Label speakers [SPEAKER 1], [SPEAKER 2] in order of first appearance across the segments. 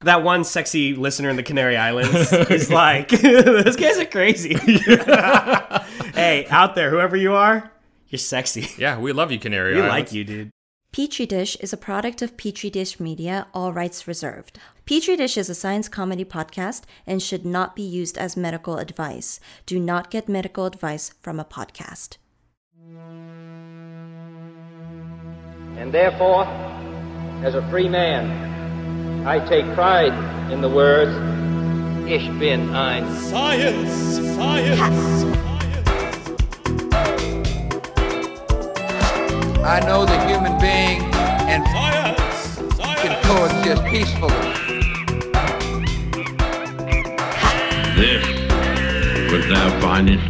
[SPEAKER 1] that one sexy listener in the Canary Islands is like, those guys are crazy. hey, out there, whoever you are, you're sexy.
[SPEAKER 2] Yeah, we love you, Canary
[SPEAKER 1] We
[SPEAKER 2] Islands.
[SPEAKER 1] like you, dude.
[SPEAKER 3] Petri Dish is a product of Petri Dish Media, all rights reserved. Petri Dish is a science comedy podcast and should not be used as medical advice. Do not get medical advice from a podcast.
[SPEAKER 4] And therefore, as a free man, I take pride in the words, Ich bin ein
[SPEAKER 5] Science! Science!
[SPEAKER 6] I know the human being and
[SPEAKER 5] Science!
[SPEAKER 6] f***ing
[SPEAKER 5] Science!
[SPEAKER 6] poets just peacefully.
[SPEAKER 7] This was thou findest.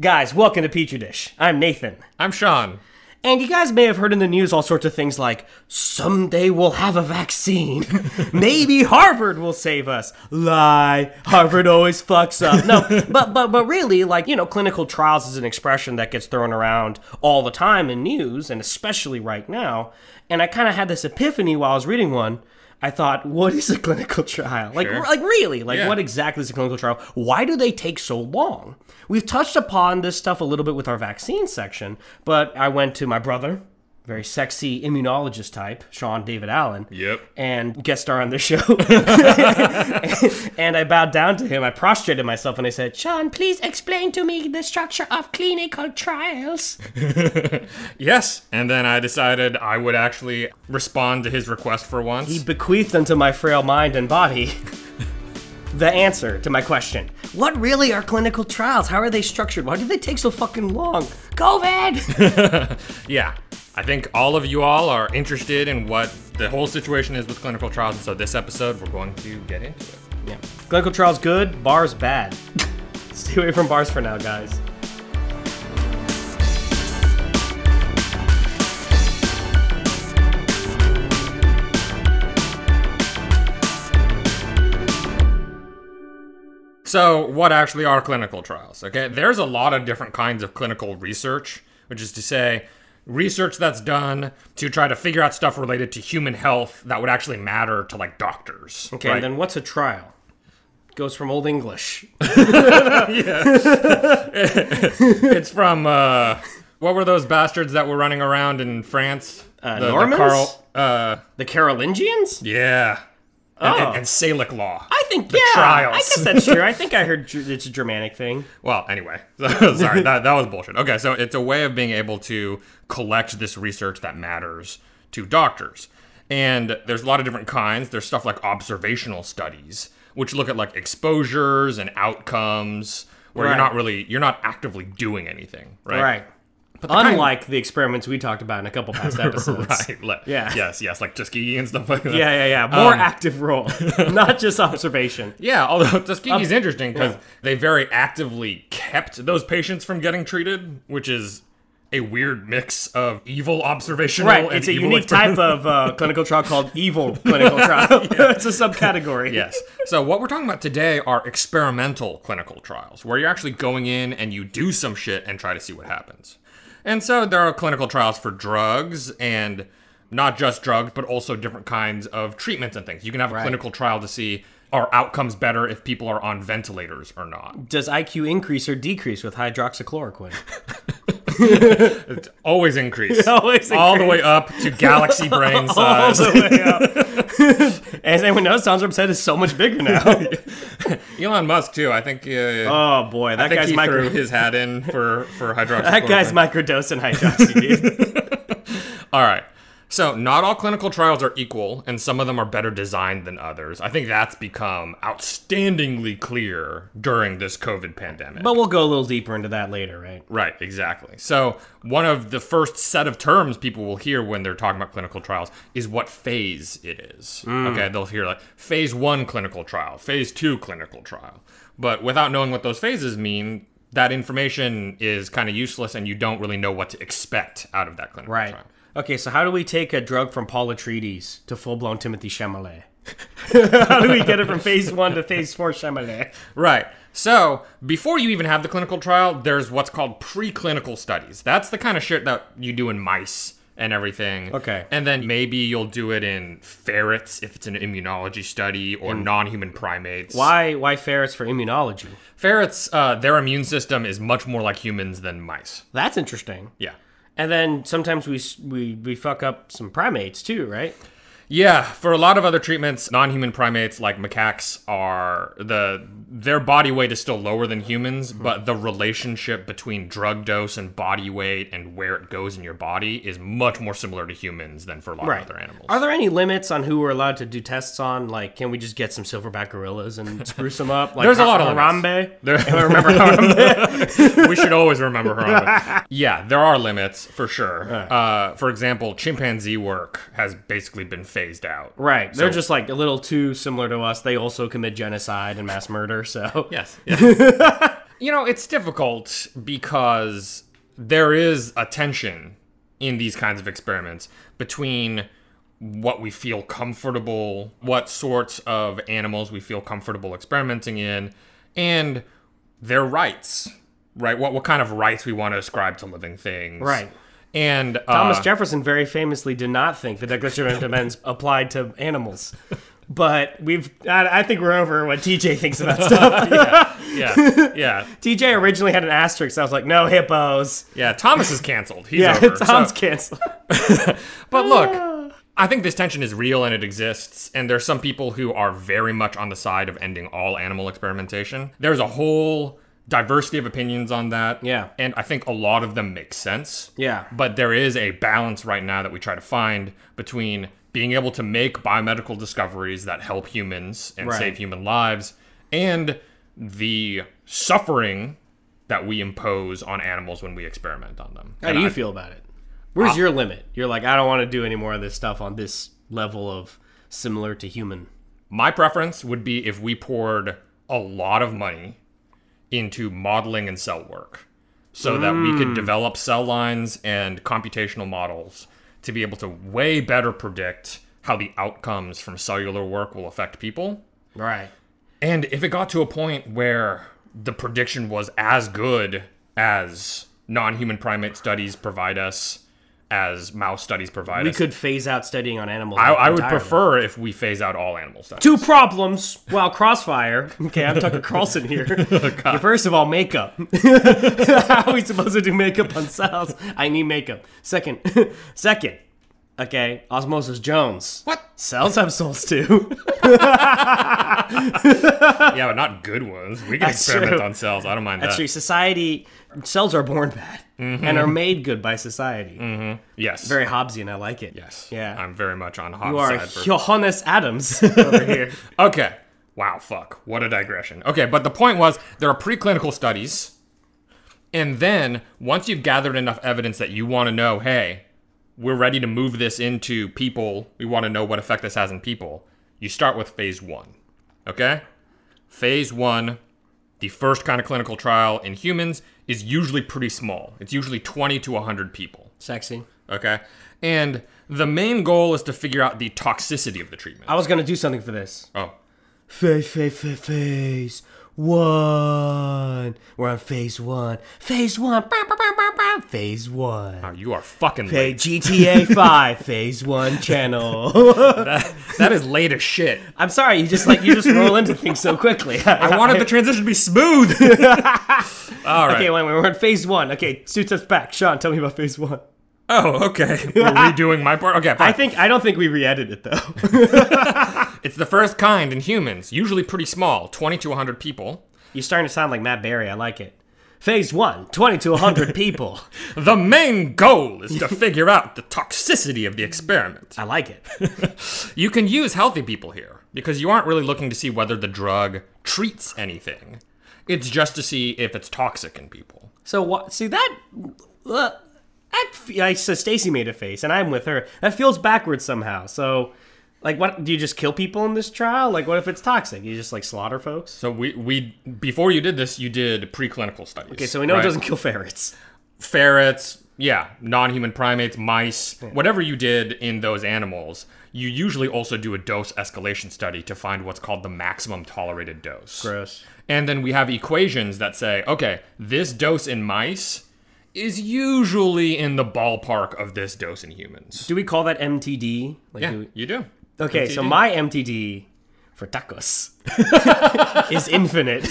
[SPEAKER 1] Guys, welcome to Petri Dish. I'm Nathan.
[SPEAKER 2] I'm Sean.
[SPEAKER 1] And you guys may have heard in the news all sorts of things like someday we'll have a vaccine. Maybe Harvard will save us. Lie. Harvard always fucks up. No, but but but really like, you know, clinical trials is an expression that gets thrown around all the time in news and especially right now. And I kind of had this epiphany while I was reading one. I thought, what is a clinical trial? Like,
[SPEAKER 2] Sure.
[SPEAKER 1] like really? Like,
[SPEAKER 2] Yeah.
[SPEAKER 1] what exactly is a clinical trial? Why do they take so long? We've touched upon this stuff a little bit with our vaccine section, but I went to my brother, very sexy immunologist type, Sean David Allen.
[SPEAKER 2] Yep.
[SPEAKER 1] And guest star on this show. and I bowed down to him. I prostrated myself and I said, Sean, please explain to me the structure of clinical trials.
[SPEAKER 2] Yes. And then I decided I would actually respond to his request for once.
[SPEAKER 1] He bequeathed unto my frail mind and body the answer to my question. What really are clinical trials? How are they structured? Why do they take so fucking long? COVID!
[SPEAKER 2] yeah. I think all of you all are interested in what the whole situation is with clinical trials, and so this episode we're going to get into it.
[SPEAKER 1] yeah. Clinical trials good, bars bad. Stay away from bars for now, guys.
[SPEAKER 2] So, what actually are clinical trials? Okay, there's a lot of different kinds of clinical research, which is to say, research that's done to try to figure out stuff related to human health that would actually matter to like doctors.
[SPEAKER 1] Okay,
[SPEAKER 2] right?
[SPEAKER 1] and then what's a trial? Goes from Old English.
[SPEAKER 2] It's from uh, what were those bastards that were running around in France? Uh,
[SPEAKER 1] Normans?
[SPEAKER 2] uh,
[SPEAKER 1] The Carolingians?
[SPEAKER 2] yeah. And,
[SPEAKER 1] Oh.
[SPEAKER 2] and, and Salic law.
[SPEAKER 1] I think,
[SPEAKER 2] The
[SPEAKER 1] yeah.
[SPEAKER 2] trials.
[SPEAKER 1] I guess that's true. I think I heard Ger- it's a Germanic thing.
[SPEAKER 2] Well, anyway, sorry, that, that was bullshit. Okay, so it's a way of being able to collect this research that matters to doctors. And there's a lot of different kinds. There's stuff like observational studies, which look at like exposures and outcomes where
[SPEAKER 1] Right.
[SPEAKER 2] you're not really, you're not actively doing anything, right?
[SPEAKER 1] Right.
[SPEAKER 2] kind-
[SPEAKER 1] Unlike the experiments we talked about in a couple past episodes.
[SPEAKER 2] Right. Like,
[SPEAKER 1] Yeah.
[SPEAKER 2] Yes, yes, like Tuskegee and stuff like that.
[SPEAKER 1] Yeah, yeah, yeah. More
[SPEAKER 2] Um,
[SPEAKER 1] active role, not just observation.
[SPEAKER 2] Yeah, although Tuskegee's interesting because they very actively kept those patients from getting treated, which is a weird mix of evil observational.
[SPEAKER 1] Right,
[SPEAKER 2] and
[SPEAKER 1] it's a
[SPEAKER 2] evil
[SPEAKER 1] unique
[SPEAKER 2] experiment.
[SPEAKER 1] type of uh, clinical trial called evil clinical trial. it's a subcategory.
[SPEAKER 2] Yes. So what we're talking about today are experimental clinical trials, where you're actually going in and you do some shit and try to see what happens. And so there are clinical trials for drugs and not just drugs, but also different kinds of treatments and things. You can have a clinical trial to see are outcomes better if people are on ventilators or not.
[SPEAKER 1] Does IQ increase or decrease with hydroxychloroquine?
[SPEAKER 2] Always increase.
[SPEAKER 1] Always
[SPEAKER 2] All the
[SPEAKER 1] increase.
[SPEAKER 2] way up to galaxy brain size.
[SPEAKER 1] As anyone knows, Sandrum's head is so much bigger now.
[SPEAKER 2] Elon Musk too. I think. Uh,
[SPEAKER 1] oh boy,
[SPEAKER 2] I
[SPEAKER 1] that
[SPEAKER 2] think
[SPEAKER 1] guy's
[SPEAKER 2] he
[SPEAKER 1] micro.
[SPEAKER 2] threw his hat in for for hydroxychloroquine.
[SPEAKER 1] that guy's microdosing hydroxy, dude.
[SPEAKER 2] All right. So not all clinical trials are equal, and some of them are better designed than others. I think that's become outstandingly clear during this COVID pandemic.
[SPEAKER 1] but we'll go a little deeper into that later, right?
[SPEAKER 2] Right, exactly. So, one of the first set of terms people will hear when they're talking about clinical trials is what phase it is.
[SPEAKER 1] Mm.
[SPEAKER 2] Okay, they'll hear like phase one clinical trial, phase two clinical trial. But without knowing what those phases mean, that information is kind of useless and you don't really know what to expect out of that clinical
[SPEAKER 1] Right.
[SPEAKER 2] trial.
[SPEAKER 1] Okay, so how do we take a drug from Paul Atreides to full blown Timothy Chalamet? how do we get it from phase one to phase four Chalamet?
[SPEAKER 2] Right. So, before you even have the clinical trial, there's what's called preclinical studies. That's the kind of shit that you do in mice and everything.
[SPEAKER 1] Okay.
[SPEAKER 2] And then maybe you'll do it in ferrets if it's an immunology study or non human primates.
[SPEAKER 1] Why why ferrets for immunology?
[SPEAKER 2] Ferrets, uh, their immune system is much more like humans than mice.
[SPEAKER 1] That's interesting.
[SPEAKER 2] Yeah.
[SPEAKER 1] And then sometimes we s- we we fuck up some primates too, right?
[SPEAKER 2] Yeah, for a lot of other treatments, non-human primates like macaques are the their body weight is still lower than humans,
[SPEAKER 1] Hmm.
[SPEAKER 2] but the relationship between drug dose and body weight and where it goes in your body is much more similar to humans than for a lot
[SPEAKER 1] Right.
[SPEAKER 2] of other animals.
[SPEAKER 1] Are there any limits on who we're allowed to do tests on? Like, can we just get some silverback gorillas and spruce them up? Like,
[SPEAKER 2] There's a lot of
[SPEAKER 1] Harambe.
[SPEAKER 2] There- I remember Harambe. we should always remember Harambe. Yeah, there are limits for sure. Uh, for example, chimpanzee work has basically been phased out.
[SPEAKER 1] Right. They're
[SPEAKER 2] So-
[SPEAKER 1] just like a little too similar to us. They also commit genocide and mass murder. So
[SPEAKER 2] Yes. you know, it's difficult because there is a tension in these kinds of experiments between what we feel comfortable, what sorts of animals we feel comfortable experimenting in, and their rights, right? What what kind of rights we want to ascribe to living things,
[SPEAKER 1] Right.
[SPEAKER 2] And uh,
[SPEAKER 1] Thomas Jefferson very famously did not think the Declaration of Independence applied to animals. But we've, I, I think we're over what TJ thinks about stuff.
[SPEAKER 2] yeah, yeah,
[SPEAKER 1] TJ originally had an asterisk. I was like, no hippos.
[SPEAKER 2] yeah. Thomas is canceled. He's
[SPEAKER 1] Yeah,
[SPEAKER 2] over.
[SPEAKER 1] Tom's
[SPEAKER 2] So-
[SPEAKER 1] canceled.
[SPEAKER 2] But
[SPEAKER 1] Ah.
[SPEAKER 2] look, I think this tension is real and it exists, and there's some people who are very much on the side of ending all animal experimentation. There's a whole diversity of opinions on that.
[SPEAKER 1] Yeah.
[SPEAKER 2] And I think a lot of them make sense.
[SPEAKER 1] Yeah.
[SPEAKER 2] But there is a balance right now that we try to find between being able to make biomedical discoveries that help humans and
[SPEAKER 1] Right.
[SPEAKER 2] save human lives and the suffering that we impose on animals when we experiment on them.
[SPEAKER 1] How do you feel about it? Where's your limit? You're like, I don't want to do any more of this stuff on this level of similar to human.
[SPEAKER 2] My preference would be if we poured a lot of money into modeling and cell work so that we
[SPEAKER 1] Mm.
[SPEAKER 2] could develop cell lines and computational models to be able to way better predict how the outcomes from cellular work will affect people.
[SPEAKER 1] Right.
[SPEAKER 2] And if it got to a point where the prediction was as good as non human primate studies provide us, as mouse studies provide
[SPEAKER 1] We
[SPEAKER 2] us,
[SPEAKER 1] could phase out studying on animals.
[SPEAKER 2] I, I would
[SPEAKER 1] entirely.
[SPEAKER 2] prefer if we phase out all animal studies.
[SPEAKER 1] Two problems. Wow, crossfire. Okay, I'm Tucker Carlson here. First of all, makeup. How are we supposed to do makeup on cells? I need makeup. Second, second. Okay, Osmosis Jones.
[SPEAKER 2] What?
[SPEAKER 1] Cells have souls too.
[SPEAKER 2] Yeah, but not good ones. We can
[SPEAKER 1] That's
[SPEAKER 2] experiment
[SPEAKER 1] true.
[SPEAKER 2] on cells. I don't mind that. Mm-hmm.
[SPEAKER 1] Actually, society cells are born bad and are made good by society.
[SPEAKER 2] yes.
[SPEAKER 1] Very Hobbesian. I like it.
[SPEAKER 2] Mm. yes.
[SPEAKER 1] Yeah.
[SPEAKER 2] I'm very much on Hobbes'
[SPEAKER 1] you are
[SPEAKER 2] side. For-
[SPEAKER 1] Johannes Adams over here.
[SPEAKER 2] okay. Wow, fuck. What a digression. Okay, but the point was there are preclinical studies. And then once you've gathered enough evidence that you want to know, hey, we're ready to move this into people, we want to know what effect this has in people, you start with phase one. Okay? Phase one, the first kind of clinical trial in humans, is usually pretty small. It's usually 20 to 100 people.
[SPEAKER 1] Sexy.
[SPEAKER 2] Okay. And the main goal is to figure out the toxicity of the treatment.
[SPEAKER 1] I was gonna do something for this.
[SPEAKER 2] Oh.
[SPEAKER 1] Phase, phase, phase, phase one. We're on phase one. Phase one. Bow, bow, bow, bow, bow. Phase one.
[SPEAKER 2] Wow, you are fucking
[SPEAKER 1] Hey,
[SPEAKER 2] late.
[SPEAKER 1] GTA 5 phase one channel.
[SPEAKER 2] That is late as shit.
[SPEAKER 1] I'm sorry, you just like you just roll into things so quickly.
[SPEAKER 2] I wanted the transition to be smooth. All right.
[SPEAKER 1] Okay, wait, wait, we're on phase one. Okay, suits us back. Sean, tell me about phase one.
[SPEAKER 2] oh, okay. We're redoing my part. Okay, fine.
[SPEAKER 1] I think I don't think we re-edited it though.
[SPEAKER 2] it's the first kind in humans, usually pretty small, 20 to 100 people.
[SPEAKER 1] You're starting to sound like Matt Berry. I like it. Phase one, 20 to 100 people.
[SPEAKER 2] The main goal is to figure out the toxicity of the experiment.
[SPEAKER 1] I like it.
[SPEAKER 2] You can use healthy people here because you aren't really looking to see whether the drug treats anything. It's just to see if it's toxic in people.
[SPEAKER 1] So what? See that? Uh, that f- I, so Stacy made a face, and I'm with her. That feels backwards somehow. So, like, what do you just kill people in this trial? Like, what if it's toxic? You just like slaughter folks?
[SPEAKER 2] So we we before you did this, you did preclinical studies.
[SPEAKER 1] Okay, so we know
[SPEAKER 2] right?
[SPEAKER 1] it doesn't kill ferrets.
[SPEAKER 2] ferrets, yeah, non-human primates, mice, whatever you did in those animals. You usually also do a dose escalation study to find what's called the maximum tolerated dose.
[SPEAKER 1] Gross.
[SPEAKER 2] And then we have equations that say, okay, this dose in mice is usually in the ballpark of this dose in humans.
[SPEAKER 1] Do we call that MTD? Like,
[SPEAKER 2] yeah,
[SPEAKER 1] do we-
[SPEAKER 2] you do.
[SPEAKER 1] Okay, so
[SPEAKER 2] MTD.
[SPEAKER 1] my MTD for tacos is infinite.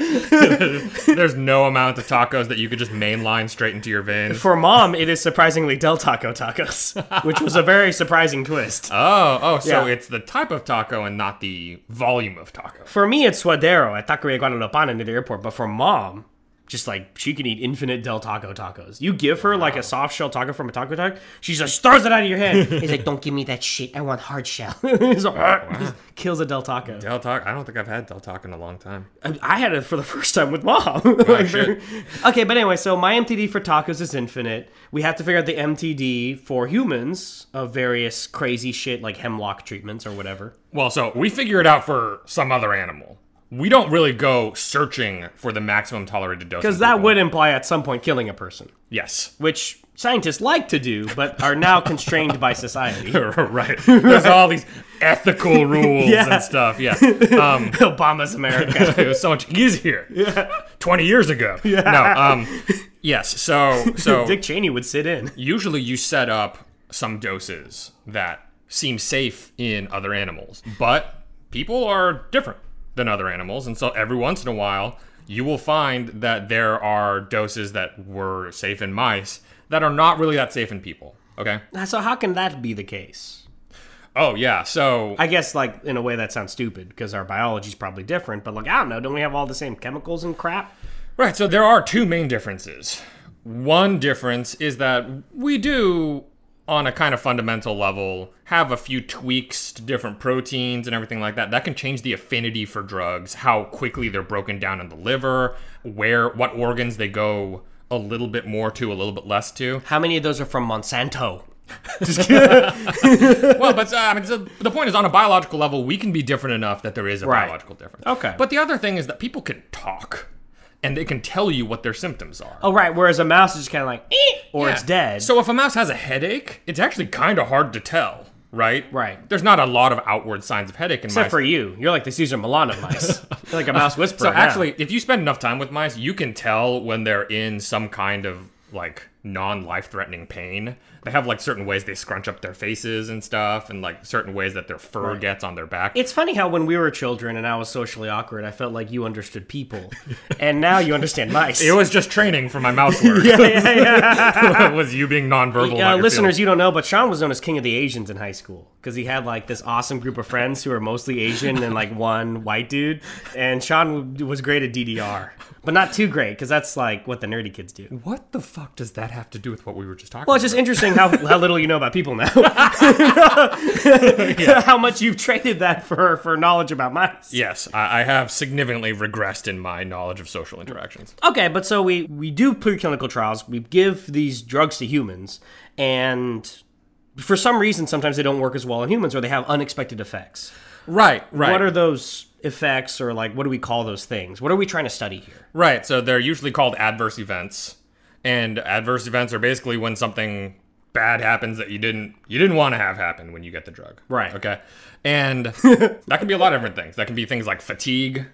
[SPEAKER 2] There's no amount of tacos that you could just mainline straight into your veins.
[SPEAKER 1] For mom, it is surprisingly Del Taco Tacos, which was a very surprising twist.
[SPEAKER 2] Oh, oh, so
[SPEAKER 1] Yeah.
[SPEAKER 2] it's the type of taco and not the volume of taco.
[SPEAKER 1] For me, it's Suadero at Taqueria Guadalupana near the airport, but for mom, just like she can eat infinite Del Taco tacos. You give her like a soft shell taco from a taco truck, she just throws it out of your hand. He's like, "Don't give me that shit. I want hard shell." He's like, just kills a Del Taco.
[SPEAKER 2] Del taco. I don't think I've had del taco in a long time.
[SPEAKER 1] I- I had it for the first time with mom. Like,
[SPEAKER 2] shit.
[SPEAKER 1] okay, but anyway, so my MTD for tacos is infinite. We have to figure out the MTD for humans of various crazy shit like hemlock treatments or whatever.
[SPEAKER 2] Well, so we figure it out for some other animal. We don't really go searching for the maximum tolerated dose.
[SPEAKER 1] Because
[SPEAKER 2] in
[SPEAKER 1] that
[SPEAKER 2] people.
[SPEAKER 1] would imply at some point killing a person,
[SPEAKER 2] Yes.
[SPEAKER 1] which scientists like to do, but are now constrained by society.
[SPEAKER 2] right. There's all these ethical rules
[SPEAKER 1] Yeah.
[SPEAKER 2] and stuff. Yeah. Um,
[SPEAKER 1] Obama's America.
[SPEAKER 2] it was so much easier. Yeah. 20 years ago. Yeah. No. Um, yes. So, so
[SPEAKER 1] Dick Cheney would sit in.
[SPEAKER 2] usually you set up some doses that seem safe in other animals, but people are different than other animals, and so every once in a while you will find that there are doses that were safe in mice that are not really that safe in people. Okay.
[SPEAKER 1] So how can that be the case?
[SPEAKER 2] Oh yeah. So
[SPEAKER 1] I guess like in a way that sounds stupid because our biology's probably different, but like I don't know, don't we have all the same chemicals and crap?
[SPEAKER 2] Right, so there are two main differences. One difference is that we do, on a kind of fundamental level, have a few tweaks to different proteins and everything like that. That can change the affinity for drugs, how quickly they're broken down in the liver, where, what organs they go a little bit more to, a little bit less to.
[SPEAKER 1] How many of those are from Monsanto?
[SPEAKER 2] well, but uh, I mean, so the point is, on a biological level, we can be different enough that there is a
[SPEAKER 1] Right.
[SPEAKER 2] biological difference.
[SPEAKER 1] Okay.
[SPEAKER 2] But the other thing is that people can talk, and they can tell you what their symptoms are.
[SPEAKER 1] Oh, right. Whereas a mouse is just kind of like, "Eh," or it's
[SPEAKER 2] Yeah.
[SPEAKER 1] dead.
[SPEAKER 2] So if a mouse has a headache, it's actually kind of hard to tell, right?
[SPEAKER 1] Right.
[SPEAKER 2] There's not a lot of outward signs of headache in
[SPEAKER 1] except
[SPEAKER 2] mice.
[SPEAKER 1] for you, you're like the Caesar Milan of mice. you're like a mouse whisperer.
[SPEAKER 2] so
[SPEAKER 1] now.
[SPEAKER 2] actually, if you spend enough time with mice, you can tell when they're in some kind of like non-life-threatening pain. They have like certain ways they scrunch up their faces and stuff, and like certain ways that their fur gets on their back.
[SPEAKER 1] it's funny how when we were children and I was socially awkward, I felt like you understood people, and now you understand mice.
[SPEAKER 2] it was just training for my mouse work. yeah, was you being nonverbal.
[SPEAKER 1] Uh,
[SPEAKER 2] about your
[SPEAKER 1] listeners, you don't know, but Sean was known as King of the Asians in high school because he had like this awesome group of friends who were mostly Asian and like one white dude. And Sean w- was great at DDR, but not too great because that's like what the nerdy kids do.
[SPEAKER 2] feelings. What the fuck does that have to do with what we were just talking
[SPEAKER 1] Well, it's
[SPEAKER 2] about?
[SPEAKER 1] just interesting how, how little you know about people now. How much you've traded that for, for knowledge about mice.
[SPEAKER 2] Yes, I, I have significantly regressed in my knowledge of social interactions.
[SPEAKER 1] Okay, but so we, we do preclinical trials, we give these drugs to humans, and for some reason, sometimes they don't work as well in humans or they have unexpected effects.
[SPEAKER 2] Right, right.
[SPEAKER 1] What are those effects or like what do we call those things? What are we trying to study here?
[SPEAKER 2] right, so they're usually called adverse events. And adverse events are basically when something bad happens that you didn't you didn't want to have happen when you get the drug.
[SPEAKER 1] Right.
[SPEAKER 2] Okay. And that can be a lot of different things. That can be things like fatigue,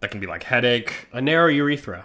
[SPEAKER 2] that can be like headache.
[SPEAKER 1] A narrow urethra.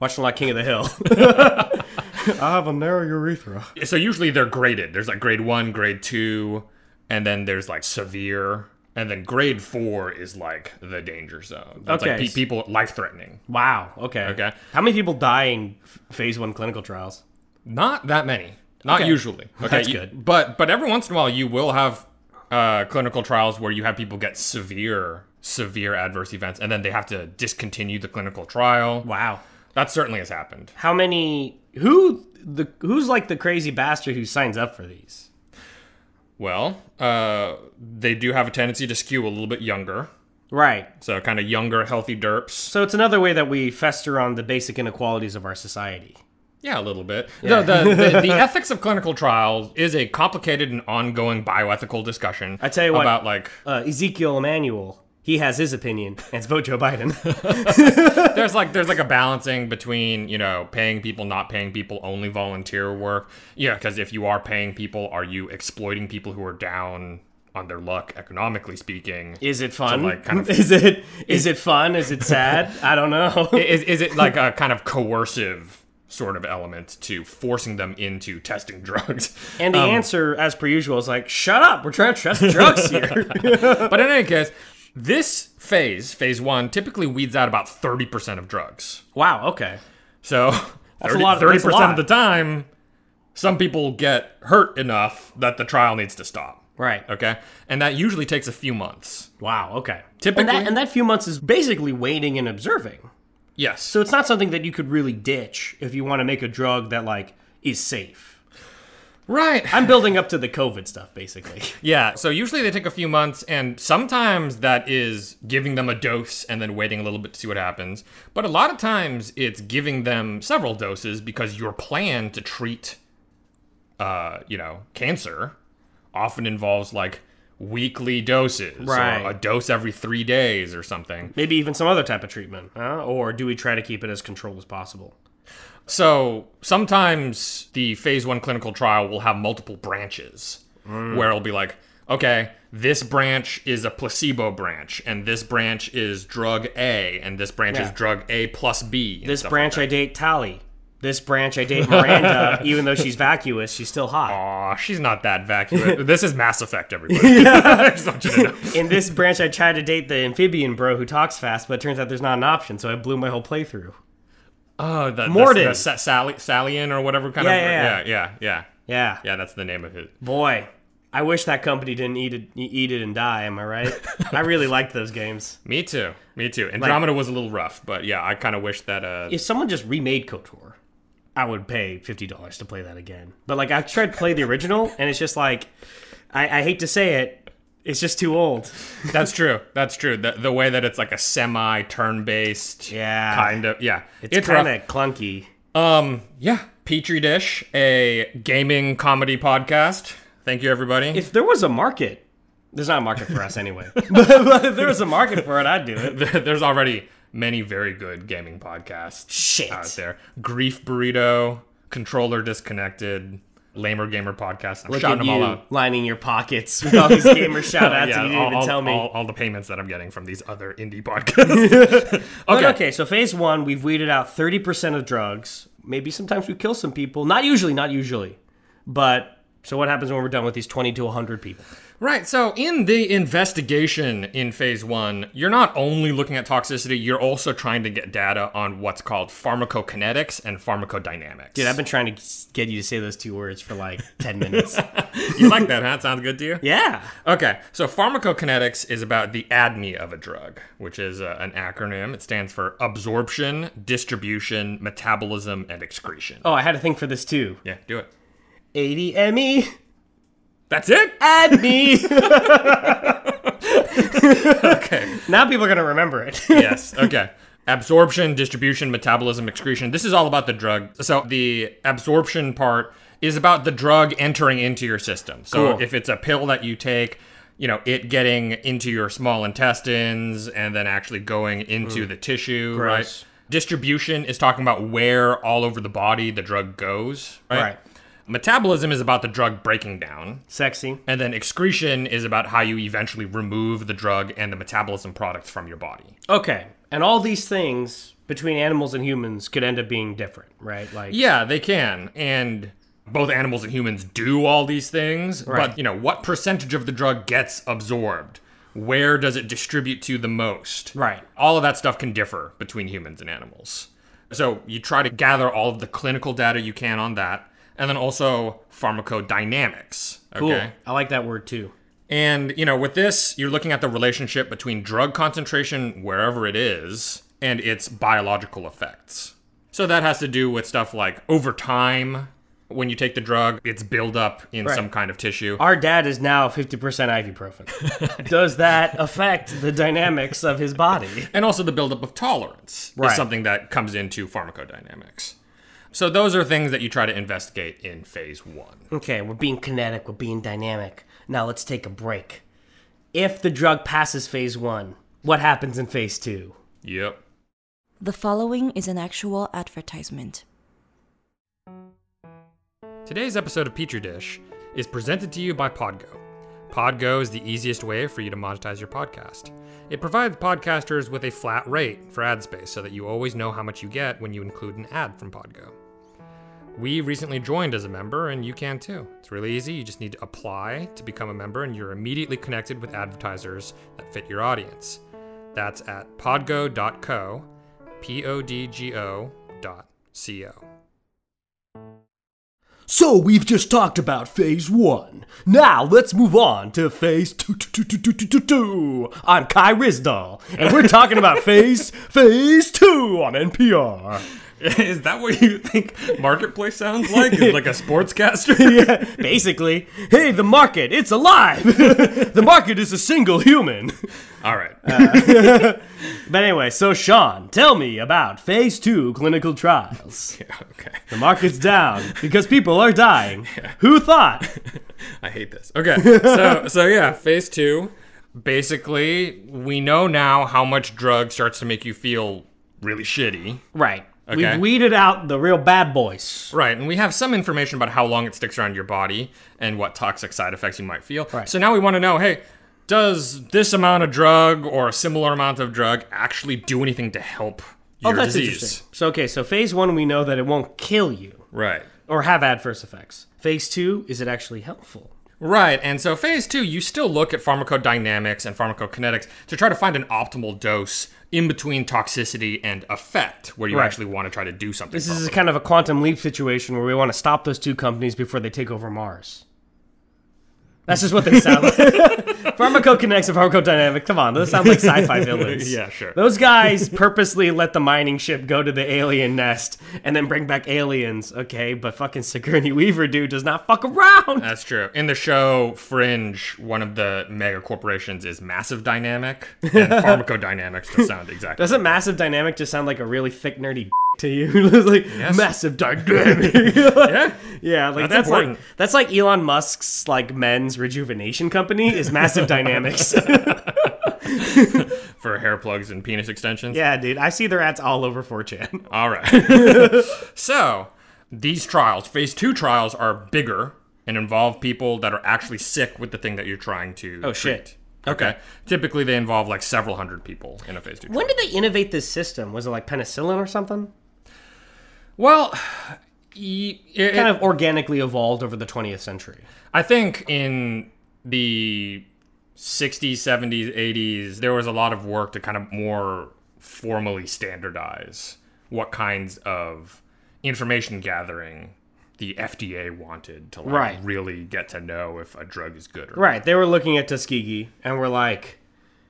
[SPEAKER 1] Watching like King of the Hill. I have a narrow urethra.
[SPEAKER 2] So usually they're graded. There's like grade 1, grade 2, and then there's like severe and then grade 4 is like the danger zone. That's like
[SPEAKER 1] Okay.
[SPEAKER 2] pe- people life threatening.
[SPEAKER 1] Wow. Okay.
[SPEAKER 2] Okay.
[SPEAKER 1] How many people die in f- phase one clinical trials?
[SPEAKER 2] Not that many. Not
[SPEAKER 1] Okay.
[SPEAKER 2] usually. Okay.
[SPEAKER 1] That's
[SPEAKER 2] you-
[SPEAKER 1] good.
[SPEAKER 2] But but every once in a while you will have uh, clinical trials where you have people get severe severe adverse events and then they have to discontinue the clinical trial.
[SPEAKER 1] Wow.
[SPEAKER 2] That certainly has happened.
[SPEAKER 1] How many? Who the? Who's like the crazy bastard who signs up for these?
[SPEAKER 2] Well, uh, they do have a tendency to skew a little bit younger.
[SPEAKER 1] Right.
[SPEAKER 2] So kind of younger, healthy derps.
[SPEAKER 1] So it's another way that we fester on the basic inequalities of our society.
[SPEAKER 2] Yeah, a little bit. The, the, the, the ethics of clinical trials is a complicated and ongoing bioethical discussion.
[SPEAKER 1] I tell you what-
[SPEAKER 2] about like
[SPEAKER 1] Uh, Ezekiel Emanuel. He has his opinion, and it's vote Joe Biden.
[SPEAKER 2] there's like there's like a balancing between you know paying people not paying people only volunteer work yeah because if you are paying people are you exploiting people who are down on their luck economically speaking
[SPEAKER 1] Is it fun?
[SPEAKER 2] So, like, kind of-
[SPEAKER 1] is it is it fun? Is it sad? I don't know.
[SPEAKER 2] is, is it like a kind of coercive sort of element to forcing them into testing drugs. Um,
[SPEAKER 1] And the answer, as per usual, is like, shut up. We're trying to test drugs here.
[SPEAKER 2] but in any case, this phase, phase one, typically weeds out about 30% of drugs.
[SPEAKER 1] wow. Okay.
[SPEAKER 2] So
[SPEAKER 1] a
[SPEAKER 2] 30,
[SPEAKER 1] lot- that's a
[SPEAKER 2] 30%
[SPEAKER 1] lot.
[SPEAKER 2] of the time, some people get hurt enough that the trial needs to stop.
[SPEAKER 1] Right.
[SPEAKER 2] Okay. And that usually takes a few months.
[SPEAKER 1] Wow. Okay.
[SPEAKER 2] Typically-
[SPEAKER 1] and that, and that few months is basically waiting and observing.
[SPEAKER 2] Yes.
[SPEAKER 1] So it's not something that you could really ditch if you want to make a drug that like is safe.
[SPEAKER 2] right.
[SPEAKER 1] I'm building up to the COVID stuff, basically.
[SPEAKER 2] Yeah, so usually they take a few months, and sometimes that is giving them a dose and then waiting a little bit to see what happens. But a lot of times it's giving them several doses because your plan to treat, uh, you know, cancer often involves like weekly doses
[SPEAKER 1] Right.
[SPEAKER 2] or a dose every three days or something.
[SPEAKER 1] Maybe even some other type of treatment, huh? or do we try to keep it as controlled as possible?
[SPEAKER 2] So sometimes the phase one clinical trial will have multiple branches
[SPEAKER 1] Mm.
[SPEAKER 2] where it'll be like, okay, this branch is a placebo branch, and this branch is drug A, and this branch is
[SPEAKER 1] Yeah.
[SPEAKER 2] drug A plus B. and
[SPEAKER 1] This
[SPEAKER 2] stuff
[SPEAKER 1] branch I
[SPEAKER 2] like
[SPEAKER 1] date Tally. This branch I date Miranda. even though she's vacuous, she's still hot.
[SPEAKER 2] Aw, she's not that vacuum. this is Mass Effect, everybody. I just want you to know.
[SPEAKER 1] In this branch, I tried to date the amphibian bro who talks fast, but it turns out there's not an option, so I blew my whole playthrough.
[SPEAKER 2] Oh, the,
[SPEAKER 1] Morden.
[SPEAKER 2] The, the Sa- Sally, Salian or whatever kind
[SPEAKER 1] Yeah,
[SPEAKER 2] of.
[SPEAKER 1] yeah,
[SPEAKER 2] yeah, yeah, yeah.
[SPEAKER 1] Yeah.
[SPEAKER 2] Yeah, that's the name of it.
[SPEAKER 1] Boy, I wish that company didn't eat it, eat it and die. Am I right? I really liked those games.
[SPEAKER 2] Me too. Me too. Andromeda was a little rough, but yeah, I kind of wish that. Uh,
[SPEAKER 1] If someone just remade KOTOR, I would pay fifty dollars to play that again. But like, I tried to play the original, and it's just like, I, I hate to say it, it's just too old.
[SPEAKER 2] That's true. That's true. The, the way that it's like a semi turn based
[SPEAKER 1] Yeah.
[SPEAKER 2] kind of yeah.
[SPEAKER 1] It's, kind of clunky.
[SPEAKER 2] rough. um yeah, Petri Dish, a gaming comedy podcast. Thank you everybody.
[SPEAKER 1] If there was a market, there's not a market for us anyway. but, but if there was a market for it, I'd do it.
[SPEAKER 2] There's already many very good gaming podcasts
[SPEAKER 1] Shit.
[SPEAKER 2] out there. Grief Burrito, Controller Disconnected, Lamer Gamer Podcast. I'm
[SPEAKER 1] Look
[SPEAKER 2] shouting
[SPEAKER 1] at
[SPEAKER 2] them all
[SPEAKER 1] you
[SPEAKER 2] out.
[SPEAKER 1] lining your pockets with all these gamer shout outs
[SPEAKER 2] Yeah,
[SPEAKER 1] and you didn't
[SPEAKER 2] all,
[SPEAKER 1] even
[SPEAKER 2] all-
[SPEAKER 1] tell me.
[SPEAKER 2] all, all the payments that I'm getting from these other indie podcasts.
[SPEAKER 1] But okay, so phase one, we've weeded out 30% of drugs. Maybe sometimes we kill some people. Not usually, not usually. But so what happens when we're done with these 20 to 100 people?
[SPEAKER 2] Right. So in the investigation in phase one, you're not only looking at toxicity, you're also trying to get data on what's called pharmacokinetics and pharmacodynamics.
[SPEAKER 1] Dude, I've been trying to get you to say those two words for like 10 minutes.
[SPEAKER 2] you like that, huh? Sounds good to you?
[SPEAKER 1] yeah.
[SPEAKER 2] Okay, so pharmacokinetics is about the ADME of a drug, which is uh, an acronym. It stands for absorption, distribution, metabolism, and excretion.
[SPEAKER 1] Oh, I had a thing for this too.
[SPEAKER 2] Yeah, do it.
[SPEAKER 1] ADME,
[SPEAKER 2] That's it?
[SPEAKER 1] add me. okay. Now people are going to remember it.
[SPEAKER 2] yes. Okay. Absorption, distribution, metabolism, excretion. This is all about the drug. So the absorption part is about the drug entering into your system. So
[SPEAKER 1] Cool.
[SPEAKER 2] if it's a pill that you take, you know, it getting into your small intestines and then actually going into the tissue,
[SPEAKER 1] Gross.
[SPEAKER 2] right? Distribution is talking about where all over the body the drug goes, right?
[SPEAKER 1] Right.
[SPEAKER 2] Metabolism is about the drug breaking down.
[SPEAKER 1] Sexy.
[SPEAKER 2] And then excretion is about how you eventually remove the drug and the metabolism products from your body.
[SPEAKER 1] Okay. And all these things between animals and humans could end up being different, right? Like,
[SPEAKER 2] Yeah, they can. And both animals and humans do all these things,
[SPEAKER 1] Right.
[SPEAKER 2] but you know, what percentage of the drug gets absorbed? Where does it distribute to the most?
[SPEAKER 1] Right.
[SPEAKER 2] All of that stuff can differ between humans and animals. So you try to gather all of the clinical data you can on that and then also pharmacodynamics.
[SPEAKER 1] cool.
[SPEAKER 2] Okay.
[SPEAKER 1] I like that word too.
[SPEAKER 2] And, you know, with this, you're looking at the relationship between drug concentration, wherever it is, and its biological effects. So that has to do with stuff like over time, when you take the drug, it's buildup in
[SPEAKER 1] Right.
[SPEAKER 2] some kind of tissue.
[SPEAKER 1] Our dad is now 50% ibuprofen. Does that affect the dynamics of his body?
[SPEAKER 2] and also the buildup of tolerance
[SPEAKER 1] Right.
[SPEAKER 2] is something that comes into pharmacodynamics. So those are things that you try to investigate in phase one.
[SPEAKER 1] Okay, we're being kinetic, we're being dynamic. Now let's take a break. If the drug passes phase one, what happens in phase two?
[SPEAKER 2] Yep.
[SPEAKER 3] The following is an actual advertisement.
[SPEAKER 2] Today's episode of Petri Dish is presented to you by Podgo. Podgo is the easiest way for you to monetize your podcast. It provides podcasters with a flat rate for ad space so that you always know how much you get when you include an ad from Podgo. We recently joined as a member, and you can too. It's really easy. You just need to apply to become a member, and you're immediately connected with advertisers that fit your audience. That's at podgo.co, P O D G O dot C O.
[SPEAKER 1] So we've just talked about phase one. Now let's move on to phase two. two, two, two, two, two, two, two. I'm Kai Rizdal, and we're talking about phase phase two on NPR.
[SPEAKER 2] Is that what you think Marketplace sounds like? Is like a sportscaster?
[SPEAKER 1] Yeah, basically, hey, the market, it's alive. the market is a single human.
[SPEAKER 2] All right.
[SPEAKER 1] Uh. But anyway, so Sean, tell me about phase two clinical trials.
[SPEAKER 2] okay.
[SPEAKER 1] The market's down because people are dying. Who thought?
[SPEAKER 2] I hate this. Okay, so so yeah, phase two. Basically, we know now how much drug starts to make you feel really shitty.
[SPEAKER 1] Right.
[SPEAKER 2] Okay.
[SPEAKER 1] We've weeded out the real bad boys.
[SPEAKER 2] Right, and we have some information about how long it sticks around your body and what toxic side effects you might feel.
[SPEAKER 1] Right.
[SPEAKER 2] So now we want to know, hey, does this amount of drug or a similar amount of drug actually do anything to help
[SPEAKER 1] Oh,
[SPEAKER 2] your disease?
[SPEAKER 1] So okay, so phase one we know that it won't kill you
[SPEAKER 2] Right.
[SPEAKER 1] or have adverse effects. Phase two, is it actually helpful?
[SPEAKER 2] Right, and so phase two, you still look at pharmacodynamics and pharmacokinetics to try to find an optimal dose in between toxicity and effect, where you
[SPEAKER 1] Right.
[SPEAKER 2] actually want to try to do something.
[SPEAKER 1] This is
[SPEAKER 2] properly.
[SPEAKER 1] kind of a quantum leap situation where we want to stop those two companies before they take over Mars. That's just what they sound like. Pharmacokinetics and pharmacodynamics. Come on, those sound like sci-fi villains.
[SPEAKER 2] Yeah, sure.
[SPEAKER 1] Those guys purposely let the mining ship go to the alien nest and then bring back aliens. Okay, but fucking Sigourney Weaver dude does not fuck around.
[SPEAKER 2] That's true. In the show Fringe, one of the mega corporations is Massive Dynamic, and pharmacodynamics does sound exactly.
[SPEAKER 1] Doesn't massive dynamic just sound like a really thick nerdy to you? It's like massive dynamic. yeah.
[SPEAKER 2] yeah.
[SPEAKER 1] like that's,
[SPEAKER 2] That's important.
[SPEAKER 1] like that's like Elon Musk's like men's rejuvenation company is massive dynamics.
[SPEAKER 2] for hair plugs and penis extensions.
[SPEAKER 1] yeah, dude. I see their ads all over 4chan.
[SPEAKER 2] All right. so these trials, phase two trials, are bigger and involve people that are actually sick with the thing that you're trying to.
[SPEAKER 1] Oh, shit.
[SPEAKER 2] treat. Okay. Typically, they involve like several hundred people in a phase two.
[SPEAKER 1] When did they innovate this system? Was it like penicillin or something?
[SPEAKER 2] Well, y- it-
[SPEAKER 1] Kind of organically evolved over the 20th century.
[SPEAKER 2] I think in the 60s, 70s, 80s, there was a lot of work to kind of more formally standardize what kinds of information gathering the FDA wanted to like
[SPEAKER 1] Right.
[SPEAKER 2] really get to know if a drug is good or
[SPEAKER 1] Right. They were looking at Tuskegee and were like,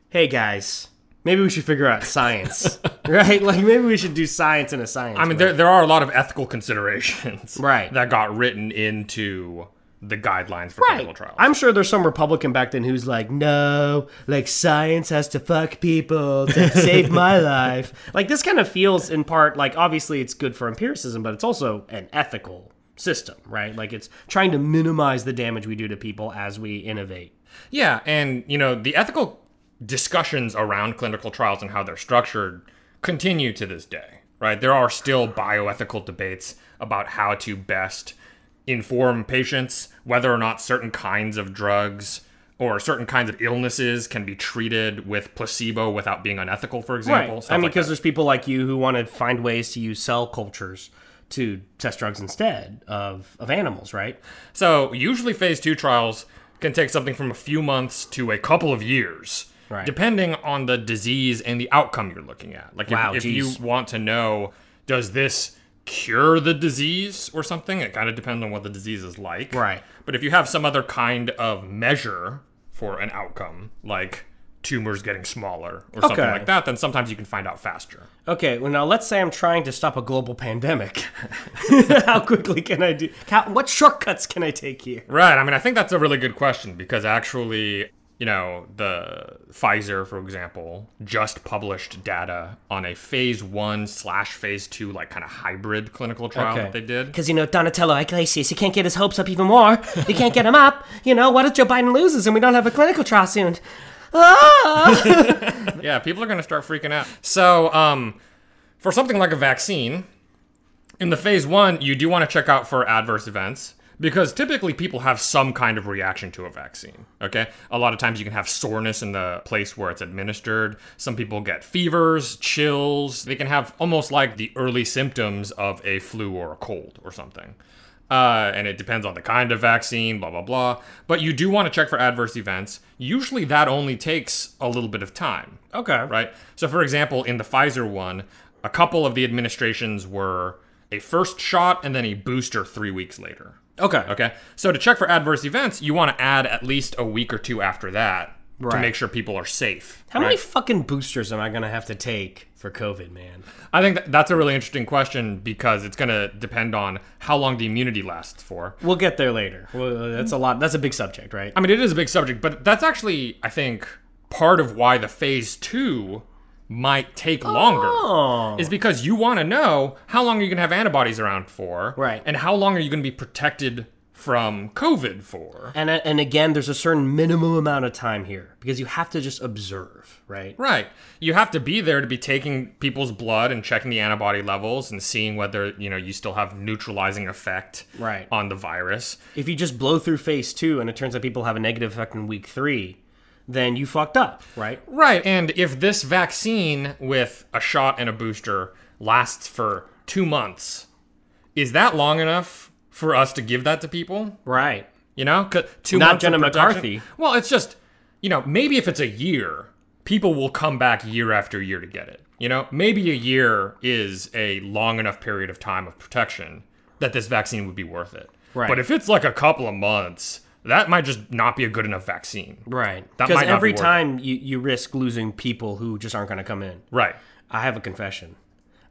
[SPEAKER 1] "Hey guys, maybe we should figure out science." right? Like maybe we should do science in a science.
[SPEAKER 2] I mean,
[SPEAKER 1] way.
[SPEAKER 2] there, there are a lot of ethical considerations
[SPEAKER 1] Right.
[SPEAKER 2] that got written into the guidelines for clinical trials.
[SPEAKER 1] I'm sure there's some Republican back then who's like, no, like science has to fuck people to save my life. Like this kind of feels in part like obviously it's good for empiricism, but it's also an ethical system, right? Like it's trying to minimize the damage we do to people as we innovate.
[SPEAKER 2] Yeah, and you know the ethical discussions around clinical trials and how they're structured continue to this day, right? There are still bioethical debates about how to best inform patients whether or not certain kinds of drugs or certain kinds of illnesses can be treated with placebo without being unethical, for example.
[SPEAKER 1] I
[SPEAKER 2] stuff
[SPEAKER 1] mean,
[SPEAKER 2] like
[SPEAKER 1] because
[SPEAKER 2] that.
[SPEAKER 1] there's people like you who want to find ways to use cell cultures to test drugs instead of, of animals, right?
[SPEAKER 2] So usually phase two trials can take something from a few months to a couple of years,
[SPEAKER 1] Right.
[SPEAKER 2] depending on the disease and the outcome you're looking at. Like if,
[SPEAKER 1] Wow,
[SPEAKER 2] if you
[SPEAKER 1] geez.
[SPEAKER 2] want to know, does this cure the disease or something? It kind of depends on what the disease is like.
[SPEAKER 1] Right.
[SPEAKER 2] But if you have some other kind of measure for an outcome, like tumors getting smaller or something
[SPEAKER 1] Okay.
[SPEAKER 2] like that, then sometimes you can find out faster.
[SPEAKER 1] Okay, well now let's say I'm trying to stop a global pandemic. how quickly can I do? How, what shortcuts can I take here?
[SPEAKER 2] Right. I mean, I think that's a really good question because actually, you know, the Pfizer, for example, just published data on a phase one slash phase two, like kind of hybrid clinical trial that they did.
[SPEAKER 1] Because you know Donatello Iglesias, he can't get his hopes up even more. You can't get him up. You know what if Joe Biden loses and we don't have a clinical trial soon? Ah!
[SPEAKER 2] Yeah, people are going to start freaking out. So, um, for something like a vaccine, in the phase one, you do want to check out for adverse events. because typically people have some kind of reaction to a vaccine. Okay, a lot of times you can have soreness in the place where it's administered. Some people get fevers, chills. They can have almost like the early symptoms of a flu or a cold or something. Uh, and it depends on the kind of vaccine, blah, blah, blah. But you do want to check for adverse events. Usually that only takes a little bit of time.
[SPEAKER 1] Okay.
[SPEAKER 2] Right? So, for example, in the Pfizer one, a couple of the administrations were a first shot and then a booster three weeks later.
[SPEAKER 1] Okay.
[SPEAKER 2] Okay. So, to check for adverse events, you want to add at least a week or two after that to
[SPEAKER 1] Right.
[SPEAKER 2] make sure people are safe.
[SPEAKER 1] How
[SPEAKER 2] right?
[SPEAKER 1] many fucking boosters am I gonna have to take for COVID, man?
[SPEAKER 2] I think that that's a really interesting question because it's going to depend on how long the immunity lasts for.
[SPEAKER 1] We'll get there later. Well, that's a lot. That's a big subject, right?
[SPEAKER 2] I mean, it is a big subject, but that's actually, I think, part of why the phase two might take longer.
[SPEAKER 1] Oh.
[SPEAKER 2] Is because you want to know how long are you going to have antibodies around for,
[SPEAKER 1] Right.
[SPEAKER 2] And how long are you going to be protected from COVID for?
[SPEAKER 1] And and again, there's a certain minimum amount of time here because you have to just observe, right?
[SPEAKER 2] Right. You have to be there to be taking people's blood and checking the antibody levels and seeing whether, you know, you still have neutralizing effect
[SPEAKER 1] Right.
[SPEAKER 2] on the virus.
[SPEAKER 1] If you just blow through phase two and it turns out people have a negative effect in week three, then you fucked up, right?
[SPEAKER 2] Right. And if this vaccine with a shot and a booster lasts for two months, is that long enough for us to give that to people?
[SPEAKER 1] Right.
[SPEAKER 2] You know, 'Cause two
[SPEAKER 1] Not
[SPEAKER 2] months of
[SPEAKER 1] Jenna
[SPEAKER 2] protection-
[SPEAKER 1] McCarthy.
[SPEAKER 2] Well, it's just you know maybe if it's a year, people will come back year after year to get it. You know, maybe a year is a long enough period of time of protection that this vaccine would be worth it.
[SPEAKER 1] Right.
[SPEAKER 2] But if it's like a couple of months, that might just not be a good enough vaccine.
[SPEAKER 1] Right.
[SPEAKER 2] That
[SPEAKER 1] Because
[SPEAKER 2] might not be
[SPEAKER 1] every
[SPEAKER 2] worth it.
[SPEAKER 1] time you, you risk losing people who just aren't going to come in.
[SPEAKER 2] Right.
[SPEAKER 1] I have a confession.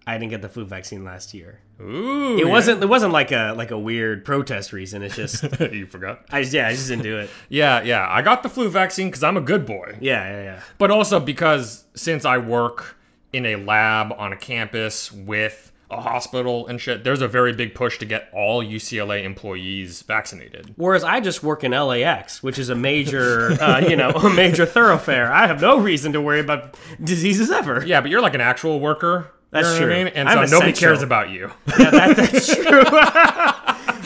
[SPEAKER 1] I didn't get the flu vaccine last year.
[SPEAKER 2] Ooh.
[SPEAKER 1] It
[SPEAKER 2] yeah.
[SPEAKER 1] wasn't. It wasn't like a like a weird protest reason. It's just.
[SPEAKER 2] you forgot.
[SPEAKER 1] I yeah. I just didn't do it.
[SPEAKER 2] Yeah, yeah. I got the flu vaccine because I'm a good boy.
[SPEAKER 1] Yeah. Yeah. Yeah.
[SPEAKER 2] But also because since I work in a lab on a campus with a hospital and shit, there's a very big push to get all UCLA employees vaccinated.
[SPEAKER 1] Whereas I just work in LAX, which is a major, uh, you know, a major thoroughfare. I have no reason to worry about diseases ever.
[SPEAKER 2] Yeah, but you're like an actual worker.
[SPEAKER 1] That's
[SPEAKER 2] you know What I
[SPEAKER 1] true.
[SPEAKER 2] mean? And
[SPEAKER 1] I'm
[SPEAKER 2] so nobody
[SPEAKER 1] essential.
[SPEAKER 2] cares about you.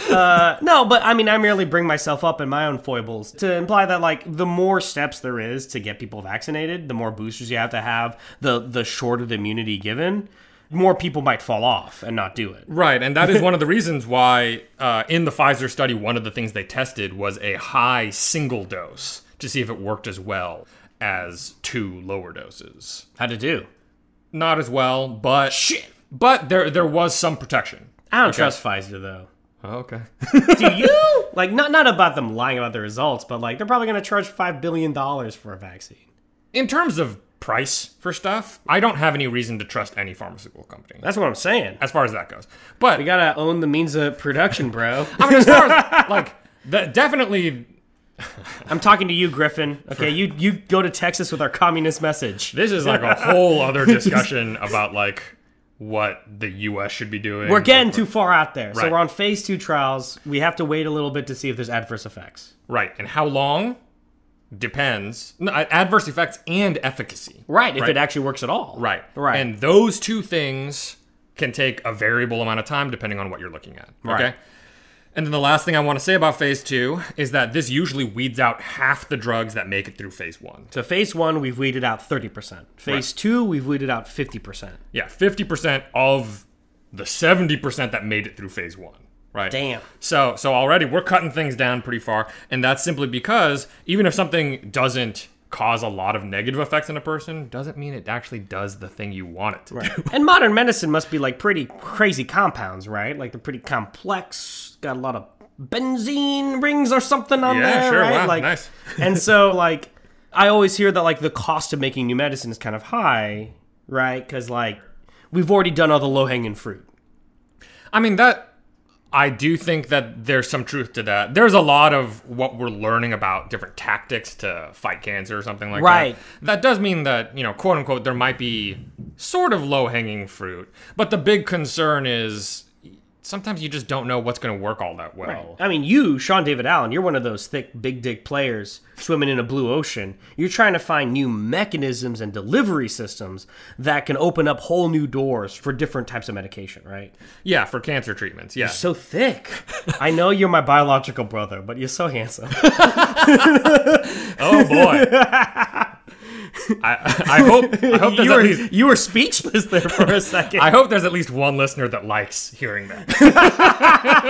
[SPEAKER 1] No, but I mean, I merely bring myself up in my own foibles to imply that like the more steps there is to get people vaccinated, the more boosters you have to have, the the shorter the immunity given, more people might fall off and not do it.
[SPEAKER 2] Right, and that is one of the reasons why uh, in the Pfizer study, one of the things they tested was a high single dose to see if it worked as well as two lower doses.
[SPEAKER 1] How to do?
[SPEAKER 2] not as well, but But there there was some protection.
[SPEAKER 1] I don't trust Pfizer though.
[SPEAKER 2] Okay.
[SPEAKER 1] Do you? like not not about them lying about the results, but like they're probably going to charge five billion dollars for a vaccine.
[SPEAKER 2] In terms of price for stuff, I don't have any reason to trust any pharmaceutical company
[SPEAKER 1] That's what I'm saying.
[SPEAKER 2] as far as that goes. But
[SPEAKER 1] We gotta own the means of production, bro.
[SPEAKER 2] I mean, as far as like the, definitely
[SPEAKER 1] I'm talking to you, Griffin. Okay, you you go to Texas with our communist message.
[SPEAKER 2] this is like a whole other discussion about like what the U.S. should be doing.
[SPEAKER 1] We're getting too far out there. So
[SPEAKER 2] Right.
[SPEAKER 1] we're on phase two trials. We have to wait a little bit to see if there's adverse effects.
[SPEAKER 2] right, and how long depends no, adverse effects and efficacy.
[SPEAKER 1] Right, if it actually works at all.
[SPEAKER 2] Right.
[SPEAKER 1] Right.
[SPEAKER 2] And those two things can take a variable amount of time depending on what you're looking at. Okay.
[SPEAKER 1] Right.
[SPEAKER 2] And then the last thing I want to say about phase two is that this usually weeds out half the drugs that make it through phase one.
[SPEAKER 1] so phase one, we've weeded out 30%. Phase two, we've weeded out 50%.
[SPEAKER 2] Yeah, 50% of the 70% that made it through phase one. Right.
[SPEAKER 1] Damn.
[SPEAKER 2] So so already we're cutting things down pretty far, and that's simply because even if something doesn't cause a lot of negative effects on a person, doesn't mean it actually does the thing you want it to do.
[SPEAKER 1] and modern medicine must be like pretty crazy compounds, right? Like they're pretty complex, got a lot of benzene rings or something on
[SPEAKER 2] Yeah,
[SPEAKER 1] there,
[SPEAKER 2] sure,
[SPEAKER 1] right?
[SPEAKER 2] wow,
[SPEAKER 1] like,
[SPEAKER 2] nice.
[SPEAKER 1] and so like I always hear that like the cost of making new medicine is kind of high, right? Because like we've already done all the low hanging fruit.
[SPEAKER 2] I mean that I do think that there's some truth to that. There's a lot of what we're learning about different tactics to fight cancer or something like
[SPEAKER 1] Right.
[SPEAKER 2] that. That does mean that, you know, quote unquote, there might be sort of low hanging fruit. But the big concern is sometimes you just don't know what's going to work all that well.
[SPEAKER 1] I mean, you, Sean David Allen, you're one of those thick, big dick players swimming in a blue ocean. You're trying to find new mechanisms and delivery systems that can open up whole new doors for different types of medication, right?
[SPEAKER 2] Yeah, for cancer treatments. Yeah.
[SPEAKER 1] So thick. I know you're my biological brother, but you're so handsome.
[SPEAKER 2] oh boy. I, I hope I hope there's
[SPEAKER 1] you,
[SPEAKER 2] at
[SPEAKER 1] were,
[SPEAKER 2] least
[SPEAKER 1] you were speechless there for a second.
[SPEAKER 2] I hope there's at least one listener that likes hearing that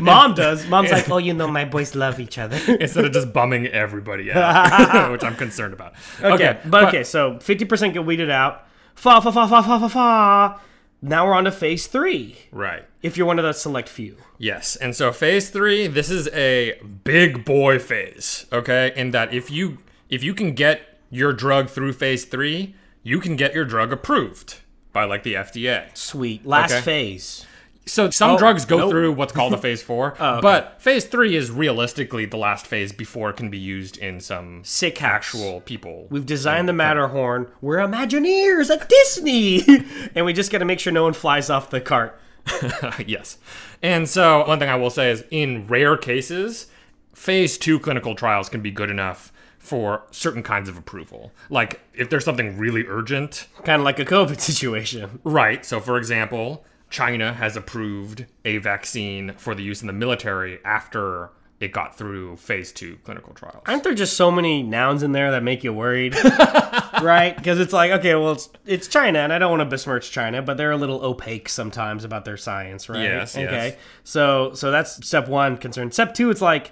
[SPEAKER 1] Mom does. Mom's like, oh, you know, my boys love each other. Okay,
[SPEAKER 2] instead of just bumming everybody out, which I'm concerned about. Okay,
[SPEAKER 1] but okay, so 50% get weeded out. Fa, fa, fa, fa, fa, fa, fa. Now we're on to phase three.
[SPEAKER 2] right.
[SPEAKER 1] If you're one of the select few.
[SPEAKER 2] Yes. And so phase 3, this is a big boy phase, okay? In that if you if you can get your drug through phase 3, you can get your drug approved by like the FDA.
[SPEAKER 1] Sweet. Last
[SPEAKER 2] Okay.
[SPEAKER 1] phase.
[SPEAKER 2] So some drugs go
[SPEAKER 1] Oh, nope. Oh,
[SPEAKER 2] through what's called a phase four, but phase three is realistically the last phase before it can be used in some
[SPEAKER 1] Sick house.
[SPEAKER 2] actual people.
[SPEAKER 1] We've designed the Matterhorn. We're Imagineers at Disney. and we just got to make sure no one flies off the cart.
[SPEAKER 2] yes, and so one thing I will say is, in rare cases, phase two clinical trials can be good enough for certain kinds of approval. Like if there's something really urgent,
[SPEAKER 1] Kind of like a COVID situation.
[SPEAKER 2] right? So for example, China has approved a vaccine for the use in the military after it got through phase two clinical trials.
[SPEAKER 1] Aren't there just so many nouns in there that make you worried? right? Because it's like, okay, well, it's, it's China, and I don't want to besmirch China, but they're a little opaque sometimes about their science, right?
[SPEAKER 2] Yes, yes.
[SPEAKER 1] okay. So, so that's step one concern. Step two, it's like,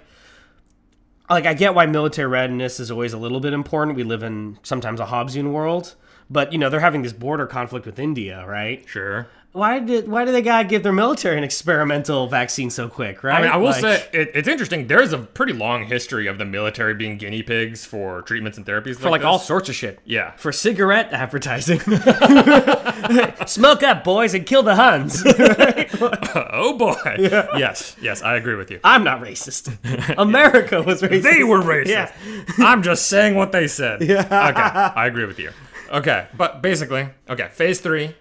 [SPEAKER 1] like I get why military readiness is always a little bit important. We live in sometimes a Hobbesian world, but you know they're having this border conflict with India, right?
[SPEAKER 2] sure.
[SPEAKER 1] Why did why did they gotta give their military an experimental vaccine so quick, right?
[SPEAKER 2] I mean, I will
[SPEAKER 1] Like-
[SPEAKER 2] say it, it's interesting. There's a pretty long history of the military being guinea pigs for treatments and therapies
[SPEAKER 1] for like all
[SPEAKER 2] this.
[SPEAKER 1] sorts of shit.
[SPEAKER 2] Yeah.
[SPEAKER 1] for cigarette advertising. Smoke up, boys, and kill the Huns.
[SPEAKER 2] oh boy. Yes. Yes, I agree with you.
[SPEAKER 1] I'm not racist. America was racist.
[SPEAKER 2] they were racist.
[SPEAKER 1] Yeah.
[SPEAKER 2] I'm just saying what they said. Yeah. Okay. I agree with you. Okay, but basically, okay, phase three.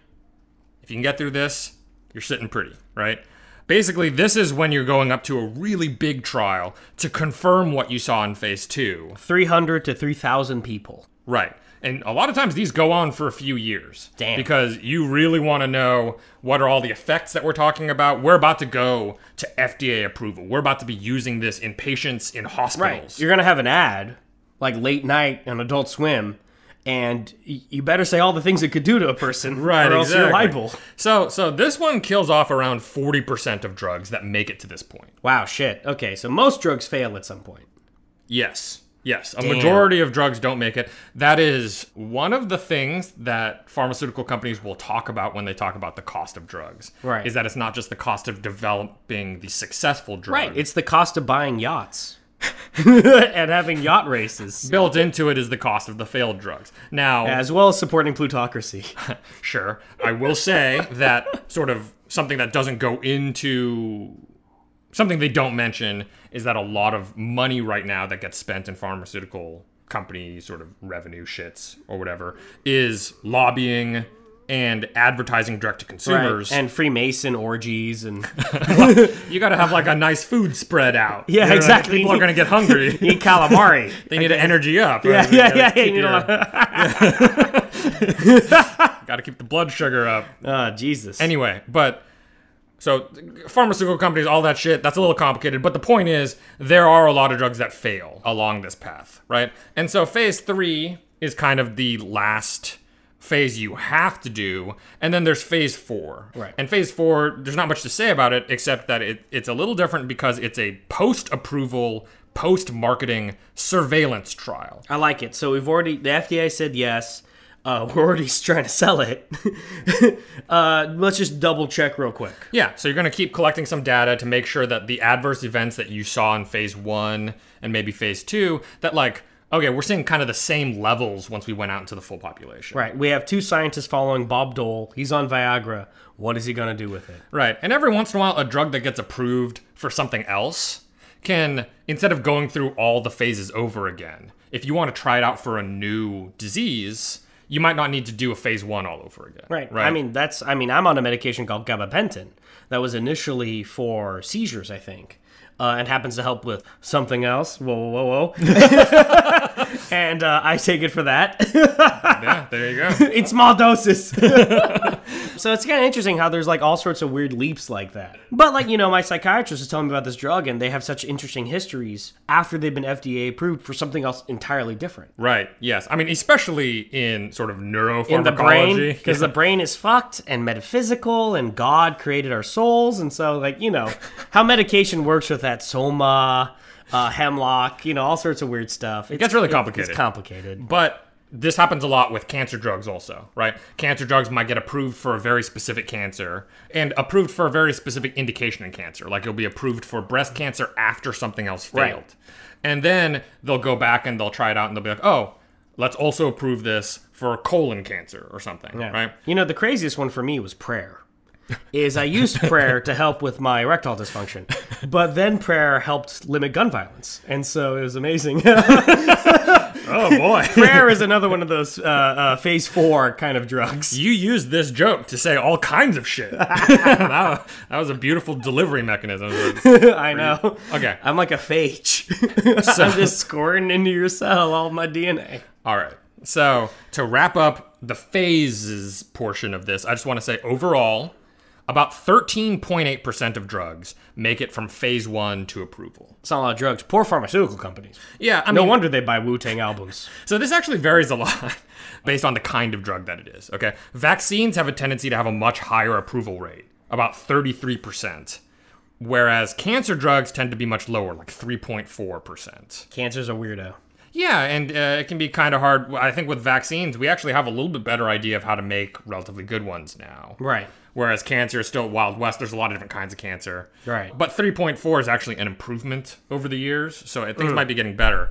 [SPEAKER 2] If you can get through this, you're sitting pretty, right? Basically, this is when you're going up to a really big trial to confirm what you saw in phase two.
[SPEAKER 1] 300 to 3,000 people.
[SPEAKER 2] Right. And a lot of times these go on for a few years.
[SPEAKER 1] Damn.
[SPEAKER 2] Because you really want to know what are all the effects that we're talking about. We're about to go to FDA approval. We're about to be using this in patients in hospitals.
[SPEAKER 1] You're going to have an ad, like late night on Adult Swim, and y- you better say all the things it could do to a person,
[SPEAKER 2] Right,
[SPEAKER 1] or else
[SPEAKER 2] exactly.
[SPEAKER 1] you're liable.
[SPEAKER 2] So, so this one kills off around 40% of drugs that make it to this point.
[SPEAKER 1] Wow, shit. Okay, so most drugs fail at some point.
[SPEAKER 2] Yes. Yes. A majority of drugs don't make it. That is one of the things that pharmaceutical companies will talk about when they talk about the cost of drugs.
[SPEAKER 1] Right.
[SPEAKER 2] Is that it's not just the cost of developing the successful drug.
[SPEAKER 1] Right. It's the cost of buying yachts and having yacht races,
[SPEAKER 2] built into it is the cost of the failed drugs. Now,
[SPEAKER 1] as well as supporting plutocracy.
[SPEAKER 2] sure, I will say that sort of something that doesn't go into something they don't mention is that a lot of money right now that gets spent in pharmaceutical company sort of revenue shits or whatever is lobbying and advertising direct to consumers.
[SPEAKER 1] and Freemason orgies and
[SPEAKER 2] And you got to have like a nice food spread out.
[SPEAKER 1] Yeah,
[SPEAKER 2] You know,
[SPEAKER 1] exactly.
[SPEAKER 2] People are going to get hungry.
[SPEAKER 1] eat calamari.
[SPEAKER 2] They need to energy up.
[SPEAKER 1] yeah, yeah,
[SPEAKER 2] right? You
[SPEAKER 1] yeah.
[SPEAKER 2] gotta
[SPEAKER 1] yeah,
[SPEAKER 2] keep
[SPEAKER 1] you know,
[SPEAKER 2] your- Gotta keep the blood sugar up.
[SPEAKER 1] oh, Jesus.
[SPEAKER 2] Anyway, but so pharmaceutical companies, all that shit, that's a little complicated. But the point is, there are a lot of drugs that fail along this path, right? And so phase three is kind of the last phase you have to do. And then there's phase four.
[SPEAKER 1] Right.
[SPEAKER 2] And phase four, there's not much to say about it except that it, it's a little different because it's a post approval, post marketing surveillance trial.
[SPEAKER 1] I like it. So we've already the FDA said yes. Uh, we're already trying to sell it. uh, let's just double check real quick.
[SPEAKER 2] Yeah, so you're going to keep collecting some data to make sure that the adverse events that you saw in phase one and maybe phase two, that like, okay, we're seeing kind of the same levels once we went out into the full population.
[SPEAKER 1] Right. We have two scientists following Bob Dole. He's on Viagra. What is he gonna do with it?
[SPEAKER 2] Right. And every once in a while, a drug that gets approved for something else can, instead of going through all the phases over again, if you want to try it out for a new disease, you might not need to do a phase one all over again.
[SPEAKER 1] Right.
[SPEAKER 2] Right.
[SPEAKER 1] I mean, that's. I mean, I'm on a medication called gabapentin that was initially for seizures, I think, uh, and happens to help with something else. Whoa, whoa, whoa, whoa. and uh, I take it for that
[SPEAKER 2] yeah, there you go.
[SPEAKER 1] in small doses. so it's kind of interesting how there's like all sorts of weird leaps like that. But like you know, my psychiatrist was telling me about this drug, and they have such interesting histories after they've been FDA approved for something else entirely different.
[SPEAKER 2] right. Yes. I mean, especially in sort of neuropharmacology.
[SPEAKER 1] in the brain because
[SPEAKER 2] Yeah.
[SPEAKER 1] the brain is fucked and metaphysical and god created our souls and so like you know how medication works with that soma uh, hemlock you know all sorts of weird stuff it
[SPEAKER 2] gets really complicated.
[SPEAKER 1] it's complicated
[SPEAKER 2] But this happens a lot with cancer drugs, also, right? Cancer drugs might get approved for a very specific cancer and approved for a very specific indication in cancer. Like it'll be approved for breast cancer after something else failed.
[SPEAKER 1] Right.
[SPEAKER 2] And then they'll go back and they'll try it out and they'll be like, oh, let's also approve this for colon cancer or something,
[SPEAKER 1] Yeah.
[SPEAKER 2] right?
[SPEAKER 1] you know the craziest one for me was prayer is i used prayer to help with my erectile dysfunction but then prayer helped limit gun violence and so it was amazing
[SPEAKER 2] Oh, boy.
[SPEAKER 1] prayer is another one of those uh, uh, phase four kind of drugs
[SPEAKER 2] You used this joke to say all kinds of shit. that, that was a beautiful delivery mechanism.
[SPEAKER 1] I know.
[SPEAKER 2] Okay.
[SPEAKER 1] I'm like a phage. I'm just scoring into your cell all my DNA.
[SPEAKER 2] All right. So to wrap up the phases portion of this, I just want to say overall, about 13.8% of drugs make it from phase one to approval.
[SPEAKER 1] It's not a lot of drugs. Poor pharmaceutical companies.
[SPEAKER 2] Yeah, I
[SPEAKER 1] No
[SPEAKER 2] mean,
[SPEAKER 1] wonder they buy Wu Tang albums.
[SPEAKER 2] so this actually varies a lot based on the kind of drug that it is. Okay. Vaccines have a tendency to have a much higher approval rate, about 33%, whereas cancer drugs tend to be much lower, like 3.4%.
[SPEAKER 1] Cancer's a weirdo.
[SPEAKER 2] Yeah, and uh, it can be kind of hard. I think with vaccines, we actually have a little bit better idea of how to make relatively good ones now.
[SPEAKER 1] Right.
[SPEAKER 2] Whereas cancer is still wild west. There's a lot of different kinds of cancer.
[SPEAKER 1] Right.
[SPEAKER 2] But 3.4 is actually an improvement over the years, so things
[SPEAKER 1] Mm.
[SPEAKER 2] might be getting better.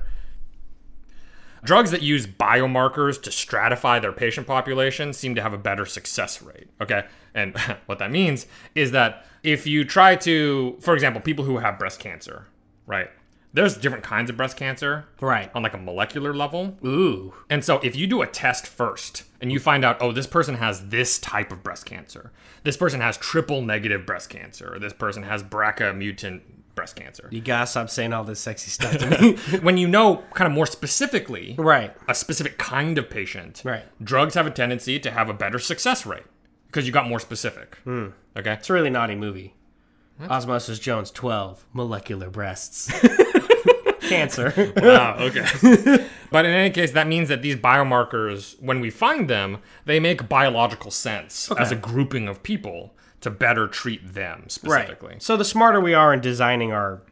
[SPEAKER 2] Drugs that use biomarkers to stratify their patient population seem to have a better success rate. Okay. And what that means is that if you try to, for example, people who have breast cancer, right? There's different kinds of breast cancer.
[SPEAKER 1] Right.
[SPEAKER 2] On like a molecular level.
[SPEAKER 1] Ooh.
[SPEAKER 2] And so if you do a test first and you find out, oh, this person has this type of breast cancer, this person has triple negative breast cancer, or this person has BRCA mutant breast cancer.
[SPEAKER 1] You gotta stop saying all this sexy stuff to me.
[SPEAKER 2] when you know kind of more specifically
[SPEAKER 1] right.
[SPEAKER 2] a specific kind of patient,
[SPEAKER 1] Right.
[SPEAKER 2] drugs have a tendency to have a better success rate because you got more specific.
[SPEAKER 1] Hmm.
[SPEAKER 2] Okay.
[SPEAKER 1] It's a really naughty movie. Osmosis Jones 12, molecular breasts. Cancer.
[SPEAKER 2] Wow, Ah, okay. but in any case, that means that these biomarkers, when we find them, they make biological sense as a grouping of people to better treat them specifically.
[SPEAKER 1] Right. So the smarter we are in designing our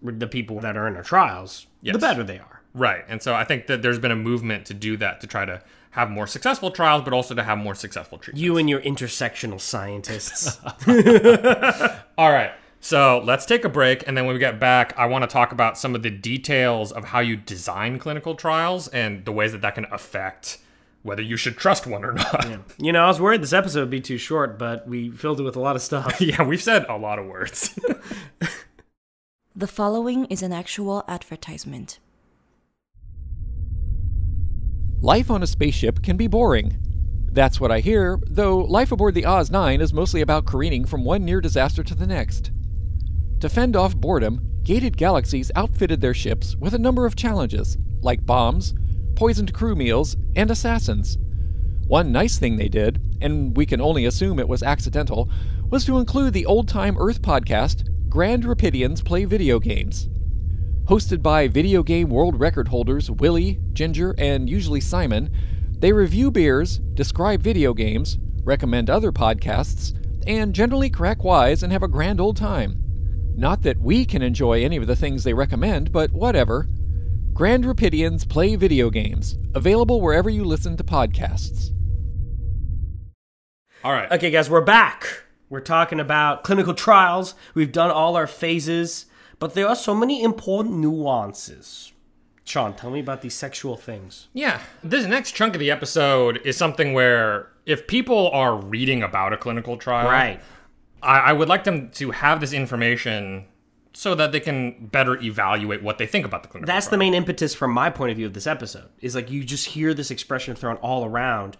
[SPEAKER 1] the people that are in our trials, the
[SPEAKER 2] Yes.
[SPEAKER 1] better they are.
[SPEAKER 2] Right. And so I think that there's been a movement to do that to try to have more successful trials, but also to have more successful treatments.
[SPEAKER 1] You and your intersectional scientists.
[SPEAKER 2] All right. So let's take a break. And then when we get back, I want to talk about some of the details of how you design clinical trials and the ways that that can affect whether you should trust one or not. Yeah,
[SPEAKER 1] You know, I was worried this episode would be too short, but we filled it with a lot of stuff.
[SPEAKER 2] we've said a lot of words.
[SPEAKER 3] The following is an actual advertisement.
[SPEAKER 8] Life on a spaceship can be boring. That's what I hear, though life aboard the Oz 9 is mostly about careening from one near disaster to the next. To fend off boredom, Gated Galaxies outfitted their ships with a number of challenges, like bombs, poisoned crew meals, and assassins. One nice thing they did, and we can only assume it was accidental, was to include the old time Earth podcast, Grand Rapidians Play Video Games hosted by video game world record holders Willie, Ginger, and usually Simon, they review beers, describe video games, recommend other podcasts, and generally crack wise and have a grand old time. Not that we can enjoy any of the things they recommend, but whatever. Grand Rapidians play video games, available wherever you listen to podcasts.
[SPEAKER 2] All right.
[SPEAKER 1] Okay, guys, we're back. We're talking about clinical trials. We've done all our phases, but there are so many important nuances. Sean, tell me about these sexual things.
[SPEAKER 2] Yeah. This next chunk of the episode is something where if people are reading about a clinical trial, I, I would like them to have this information so that they can better evaluate what they think about the clinical
[SPEAKER 1] That's
[SPEAKER 2] trial.
[SPEAKER 1] the main impetus from my point of view of this episode. Is like you just hear this expression thrown all around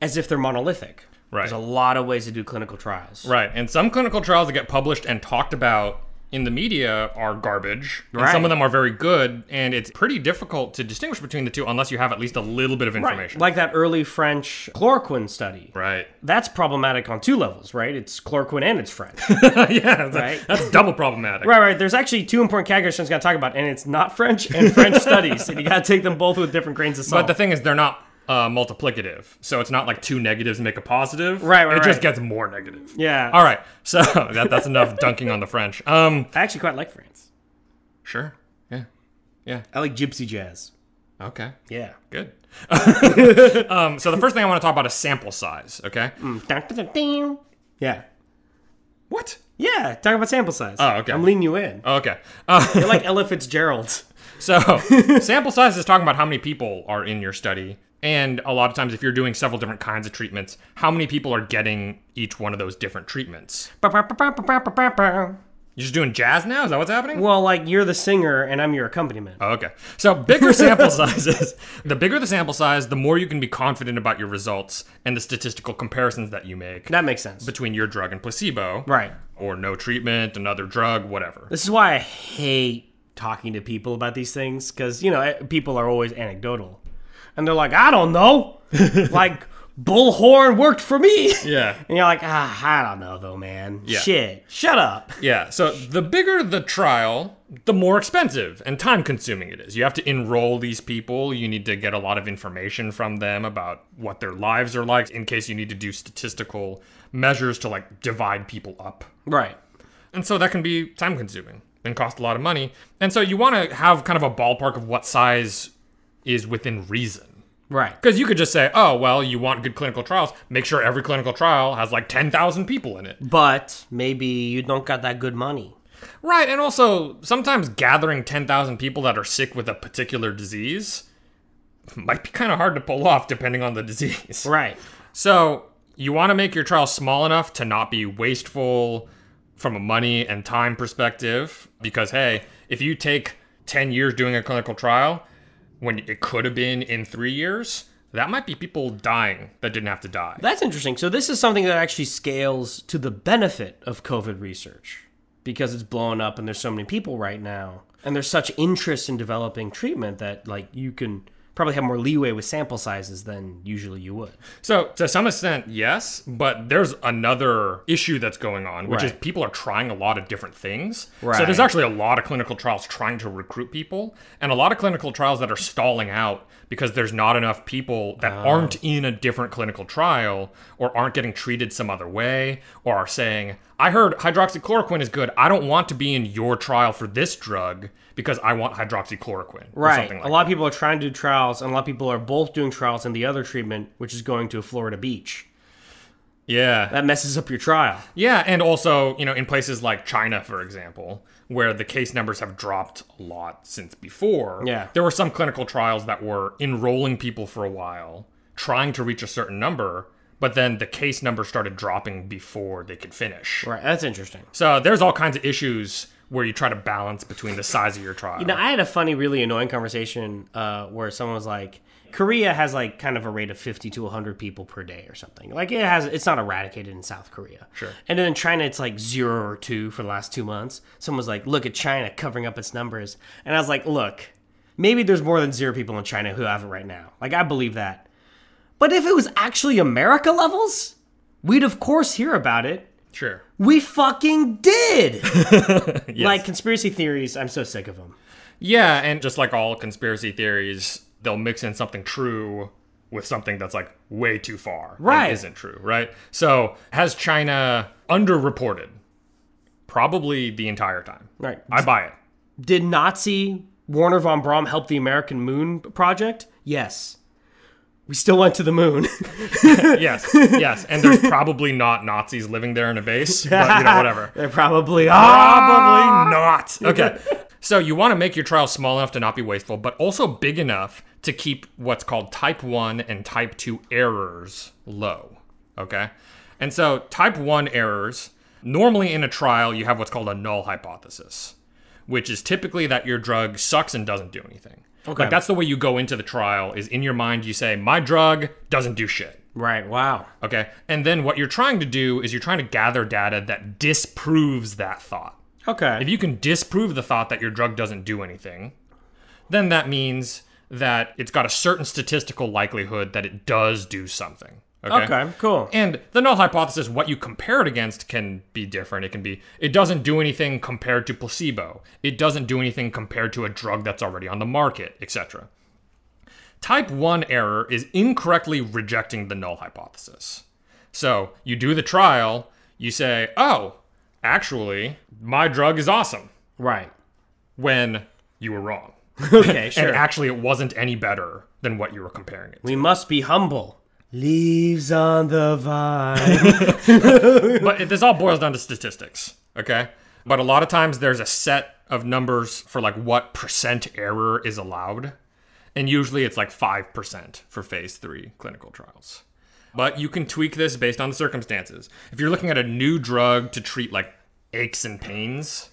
[SPEAKER 1] as if they're monolithic.
[SPEAKER 2] Right.
[SPEAKER 1] There's a lot of ways to do clinical trials.
[SPEAKER 2] Right. And some clinical trials that get published and talked about in the media are garbage. And
[SPEAKER 1] Right.
[SPEAKER 2] some of them are very good. And it's pretty difficult to distinguish between the two unless you have at least a little bit of information.
[SPEAKER 1] Like that early French chloroquine study.
[SPEAKER 2] Right.
[SPEAKER 1] That's problematic on two levels, right? It's chloroquine and it's French.
[SPEAKER 2] yeah. That's,
[SPEAKER 1] Right.
[SPEAKER 2] that's double problematic.
[SPEAKER 1] right, right. There's actually two important categories Sean's got to talk about, and it's not French and French studies. And you got to take them both with different grains of salt.
[SPEAKER 2] But the thing is, they're not. Uh, multiplicative. So it's not like two negatives make a positive.
[SPEAKER 1] Right, right,
[SPEAKER 2] It just
[SPEAKER 1] right.
[SPEAKER 2] gets more negative.
[SPEAKER 1] Yeah.
[SPEAKER 2] All right. So that, that's enough dunking on the French. Um.
[SPEAKER 1] I actually quite like France.
[SPEAKER 2] Sure. Yeah.
[SPEAKER 1] I like gypsy jazz.
[SPEAKER 2] Okay.
[SPEAKER 1] Yeah.
[SPEAKER 2] Good. um, so the first thing I want to talk about is sample size. Okay.
[SPEAKER 1] Mm. Yeah.
[SPEAKER 2] What?
[SPEAKER 1] Yeah. Talk about sample size.
[SPEAKER 2] Oh, okay.
[SPEAKER 1] I'm leaning you in.
[SPEAKER 2] Okay. Uh,
[SPEAKER 1] You're like Ella Fitzgerald.
[SPEAKER 2] so sample size is talking about how many people are in your study. And a lot of times, if you're doing several different kinds of treatments, how many people are getting each one of those different treatments? You're just doing jazz now? Is that what's happening?
[SPEAKER 1] Well, like you're the singer and I'm your accompaniment.
[SPEAKER 2] Oh, Okay. So bigger sample sizes. The bigger the sample size, the more you can be confident about your results and the statistical comparisons that you make
[SPEAKER 1] That makes sense.
[SPEAKER 2] between your drug and placebo.
[SPEAKER 1] Right.
[SPEAKER 2] Or no treatment, another drug, whatever.
[SPEAKER 1] This is why I hate talking to people about these things because, you know, eh, people are always anecdotal. And they're like, I don't know. like, bullhorn worked for me.
[SPEAKER 2] Yeah.
[SPEAKER 1] And you're like, ah, I don't know, though, man.
[SPEAKER 2] Yeah.
[SPEAKER 1] Shit. Shut up.
[SPEAKER 2] Yeah, so the bigger the trial, the more expensive and time consuming it is. You have to enroll these people, you need to get a lot of information from them about what their lives are like in case you need to do statistical measures to like divide people up.
[SPEAKER 1] Right.
[SPEAKER 2] And so that can be time consuming and cost a lot of money. And so you want to have kind of a ballpark of what size is within reason.
[SPEAKER 1] Right.
[SPEAKER 2] Because you could just say, oh, well, you want good clinical trials, make sure every clinical trial has like 10,000 people in it.
[SPEAKER 1] But maybe you don't got that good money.
[SPEAKER 2] Right, and also sometimes gathering 10,000 people that are sick with a particular disease might be kind of hard to pull off depending on the disease.
[SPEAKER 1] Right.
[SPEAKER 2] So, you want to make your trial small enough to not be wasteful from a money and time perspective because hey, if you take 10 years doing a clinical trial when it could have been in 3 years, that might be people dying that didn't have to die.
[SPEAKER 1] That's interesting. So this is something that actually scales to the benefit of COVID research because it's blowing up and there's so many people right now and there's such interest in developing treatment that like you can probably have more leeway with sample sizes than usually you would.
[SPEAKER 2] So, to some extent, yes, but there's another issue that's going on, which is
[SPEAKER 1] Right.
[SPEAKER 2] people are trying a lot of different things. So,
[SPEAKER 1] Right.
[SPEAKER 2] there's actually a lot of clinical trials trying to recruit people, and a lot of clinical trials that are stalling out because there's not enough people that
[SPEAKER 1] Oh.
[SPEAKER 2] aren't in a different clinical trial or aren't getting treated some other way or are saying, I heard hydroxychloroquine is good. I don't want to be in your trial for this drug because I want hydroxychloroquine. Or
[SPEAKER 1] Right.
[SPEAKER 2] something like
[SPEAKER 1] a lot of people are trying to do trials and a lot of people are both doing trials in the other treatment which is going to Florida beach.
[SPEAKER 2] that. Yeah.
[SPEAKER 1] That messes up your trial.
[SPEAKER 2] Yeah, and also, you know, in places like China, for example, where the case numbers have dropped a lot since before,
[SPEAKER 1] Yeah.
[SPEAKER 2] there were some clinical trials that were enrolling people for a while, trying to reach a certain number, but then the case number started dropping before they could finish.
[SPEAKER 1] Right. That's interesting.
[SPEAKER 2] So there's all kinds of issues where you try to balance between the size of your trial.
[SPEAKER 1] You know, I had a funny, really annoying conversation uh, where someone was like, Korea has like kind of a rate of 50 to 100 people per day or something. Like it has, it's not eradicated in South Korea. Sure. And then in China, it's like zero or two for the last two months. Someone was like, look at China covering up its numbers. And I was like, look, maybe there's more than zero people in China who have it right now. Like I believe that. But if it was actually America levels, we'd of course hear about it.
[SPEAKER 2] sure.
[SPEAKER 1] We fucking did. Like conspiracy theories, I'm so sick of them.
[SPEAKER 2] Yeah, and just like all conspiracy theories, they'll mix in something true with something that's like way too far. and
[SPEAKER 1] Right.
[SPEAKER 2] Isn't true, right? So has China underreported? Probably the entire time.
[SPEAKER 1] Right.
[SPEAKER 2] I buy it.
[SPEAKER 1] Did Nazi Warner von Braun help the American Moon project? Yes. We still went to the moon.
[SPEAKER 2] Yes, yes. And there's probably not Nazis living there in a base, but you know, whatever.
[SPEAKER 1] They're probably ah.
[SPEAKER 2] Probably not. Okay. So you want to make your trial small enough to not be wasteful, but also big enough to keep what's called type 1 and type 2 errors low. Okay? And so type 1 errors, normally in a trial, you have what's called a null hypothesis. which is typically that your drug sucks and doesn't do anything.
[SPEAKER 1] Okay.
[SPEAKER 2] Like that's the way you go into the trial is in your mind you say my drug doesn't do shit.
[SPEAKER 1] Right. Wow.
[SPEAKER 2] Okay. And then what you're trying to do is you're trying to gather data that disproves that thought.
[SPEAKER 1] Okay.
[SPEAKER 2] If you can disprove the thought that your drug doesn't do anything, then that means that it's got a certain statistical likelihood that it does do something. Okay.
[SPEAKER 1] okay. Cool.
[SPEAKER 2] And the null hypothesis, what you compare it against, can be different. It can be, it doesn't do anything compared to placebo. It doesn't do anything compared to a drug that's already on the market, etc. Type 1 error is incorrectly rejecting the null hypothesis. So you do the trial, you say, oh, actually, my drug is awesome,
[SPEAKER 1] right.
[SPEAKER 2] when you were wrong.
[SPEAKER 1] Okay.
[SPEAKER 2] And
[SPEAKER 1] Sure.
[SPEAKER 2] actually, it wasn't any better than what you were comparing it to.
[SPEAKER 1] we must be humble. Leaves on the vine.
[SPEAKER 2] but it- this all boils down to statistics, okay? But a lot of times there's a set of numbers for like what percent error is allowed. And usually it's like 5% for phase three clinical trials. But you can tweak this based on the circumstances. If you're looking at a new drug to treat like aches and pains,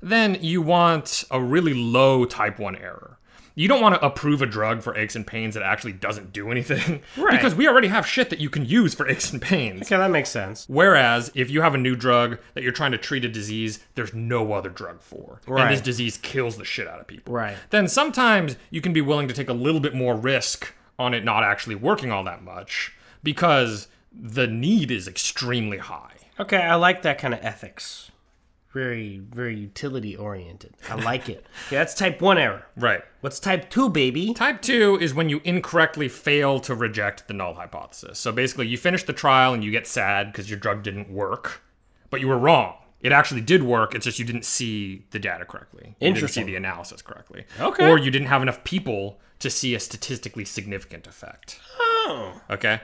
[SPEAKER 2] then you want a really low type 1 error. You don't want to approve a drug for aches and pains that actually doesn't do anything.
[SPEAKER 1] Right.
[SPEAKER 2] Because we already have shit that you can use for aches and pains.
[SPEAKER 1] okay, that makes sense.
[SPEAKER 2] Whereas if you have a new drug that you're trying to treat a disease, there's no other drug for.
[SPEAKER 1] Right.
[SPEAKER 2] And this disease kills the shit out of people.
[SPEAKER 1] Right.
[SPEAKER 2] Then sometimes you can be willing to take a little bit more risk on it not actually working all that much because the need is extremely high.
[SPEAKER 1] Okay, I like that kind of ethics. Very, very utility oriented. I like it. Okay, that's type one error.
[SPEAKER 2] Right.
[SPEAKER 1] What's type two, baby?
[SPEAKER 2] Type two is when you incorrectly fail to reject the null hypothesis. So basically, you finish the trial and you get sad because your drug didn't work, but you were wrong. It actually did work. It's just you didn't see the data correctly. You didn't see
[SPEAKER 1] Interesting.
[SPEAKER 2] the analysis correctly.
[SPEAKER 1] Okay.
[SPEAKER 2] Or you didn't have enough people to see a statistically significant effect.
[SPEAKER 1] Oh.
[SPEAKER 2] Okay.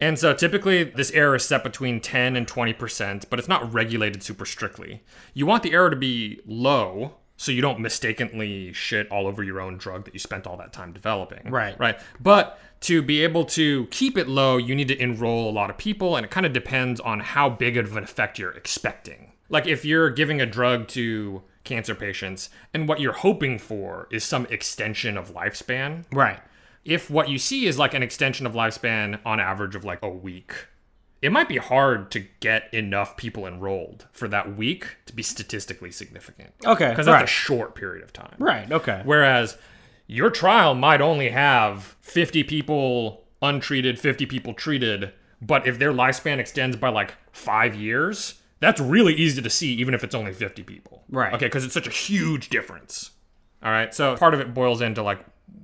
[SPEAKER 2] And so typically this error is set between 10 and 20%, but it's not regulated super strictly. You want the error to be low so you don't mistakenly shit all over your own drug that you spent all that time developing.
[SPEAKER 1] Right.
[SPEAKER 2] Right. But to be able to keep it low, you need to enroll a lot of people, and it kind of depends on how big of an effect you're expecting. Like if you're giving a drug to cancer patients and what you're hoping for is some extension of lifespan,
[SPEAKER 1] Right.
[SPEAKER 2] if what you see is like an extension of lifespan on average of like a week, it might be hard to get enough people enrolled for that week to be statistically significant.
[SPEAKER 1] Okay,
[SPEAKER 2] Because that's a
[SPEAKER 1] right.
[SPEAKER 2] short period of time.
[SPEAKER 1] Right. Okay.
[SPEAKER 2] Whereas your trial might only have 50 people untreated, 50 people treated, but if their lifespan extends by like five years, that's really easy to see, even if it's only 50 people.
[SPEAKER 1] Right.
[SPEAKER 2] Okay, because it's such a huge difference. All right, so part of it boils into like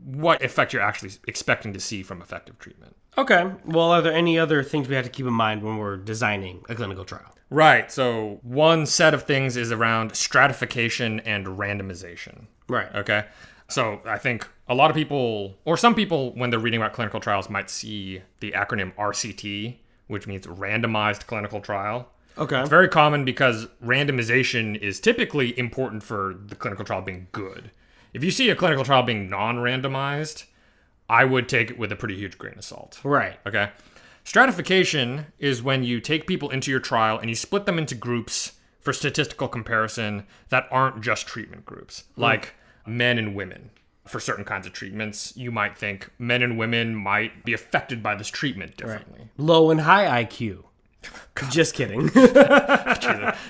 [SPEAKER 2] what effect you're actually expecting to see from effective treatment.
[SPEAKER 1] Okay. Well, are there any other things we have to keep in mind when we're designing a clinical trial?
[SPEAKER 2] Right, so one set of things is around stratification and randomization.
[SPEAKER 1] Right.
[SPEAKER 2] Okay. So I think a lot of people, or some people, when they're reading about clinical trials, might see the acronym RCT, which means randomized clinical trial.
[SPEAKER 1] Okay.
[SPEAKER 2] It's very common because randomization is typically important for the clinical trial being good. If you see a clinical trial being non randomized, I would take it with a pretty huge grain of salt.
[SPEAKER 1] right.
[SPEAKER 2] Okay. Stratification is when you take people into your trial and you split them into groups for statistical comparison that aren't just treatment groups, like men and women. For certain kinds of treatments, you might think men and women might be affected by this treatment differently.
[SPEAKER 1] Low and high IQ. Just kidding.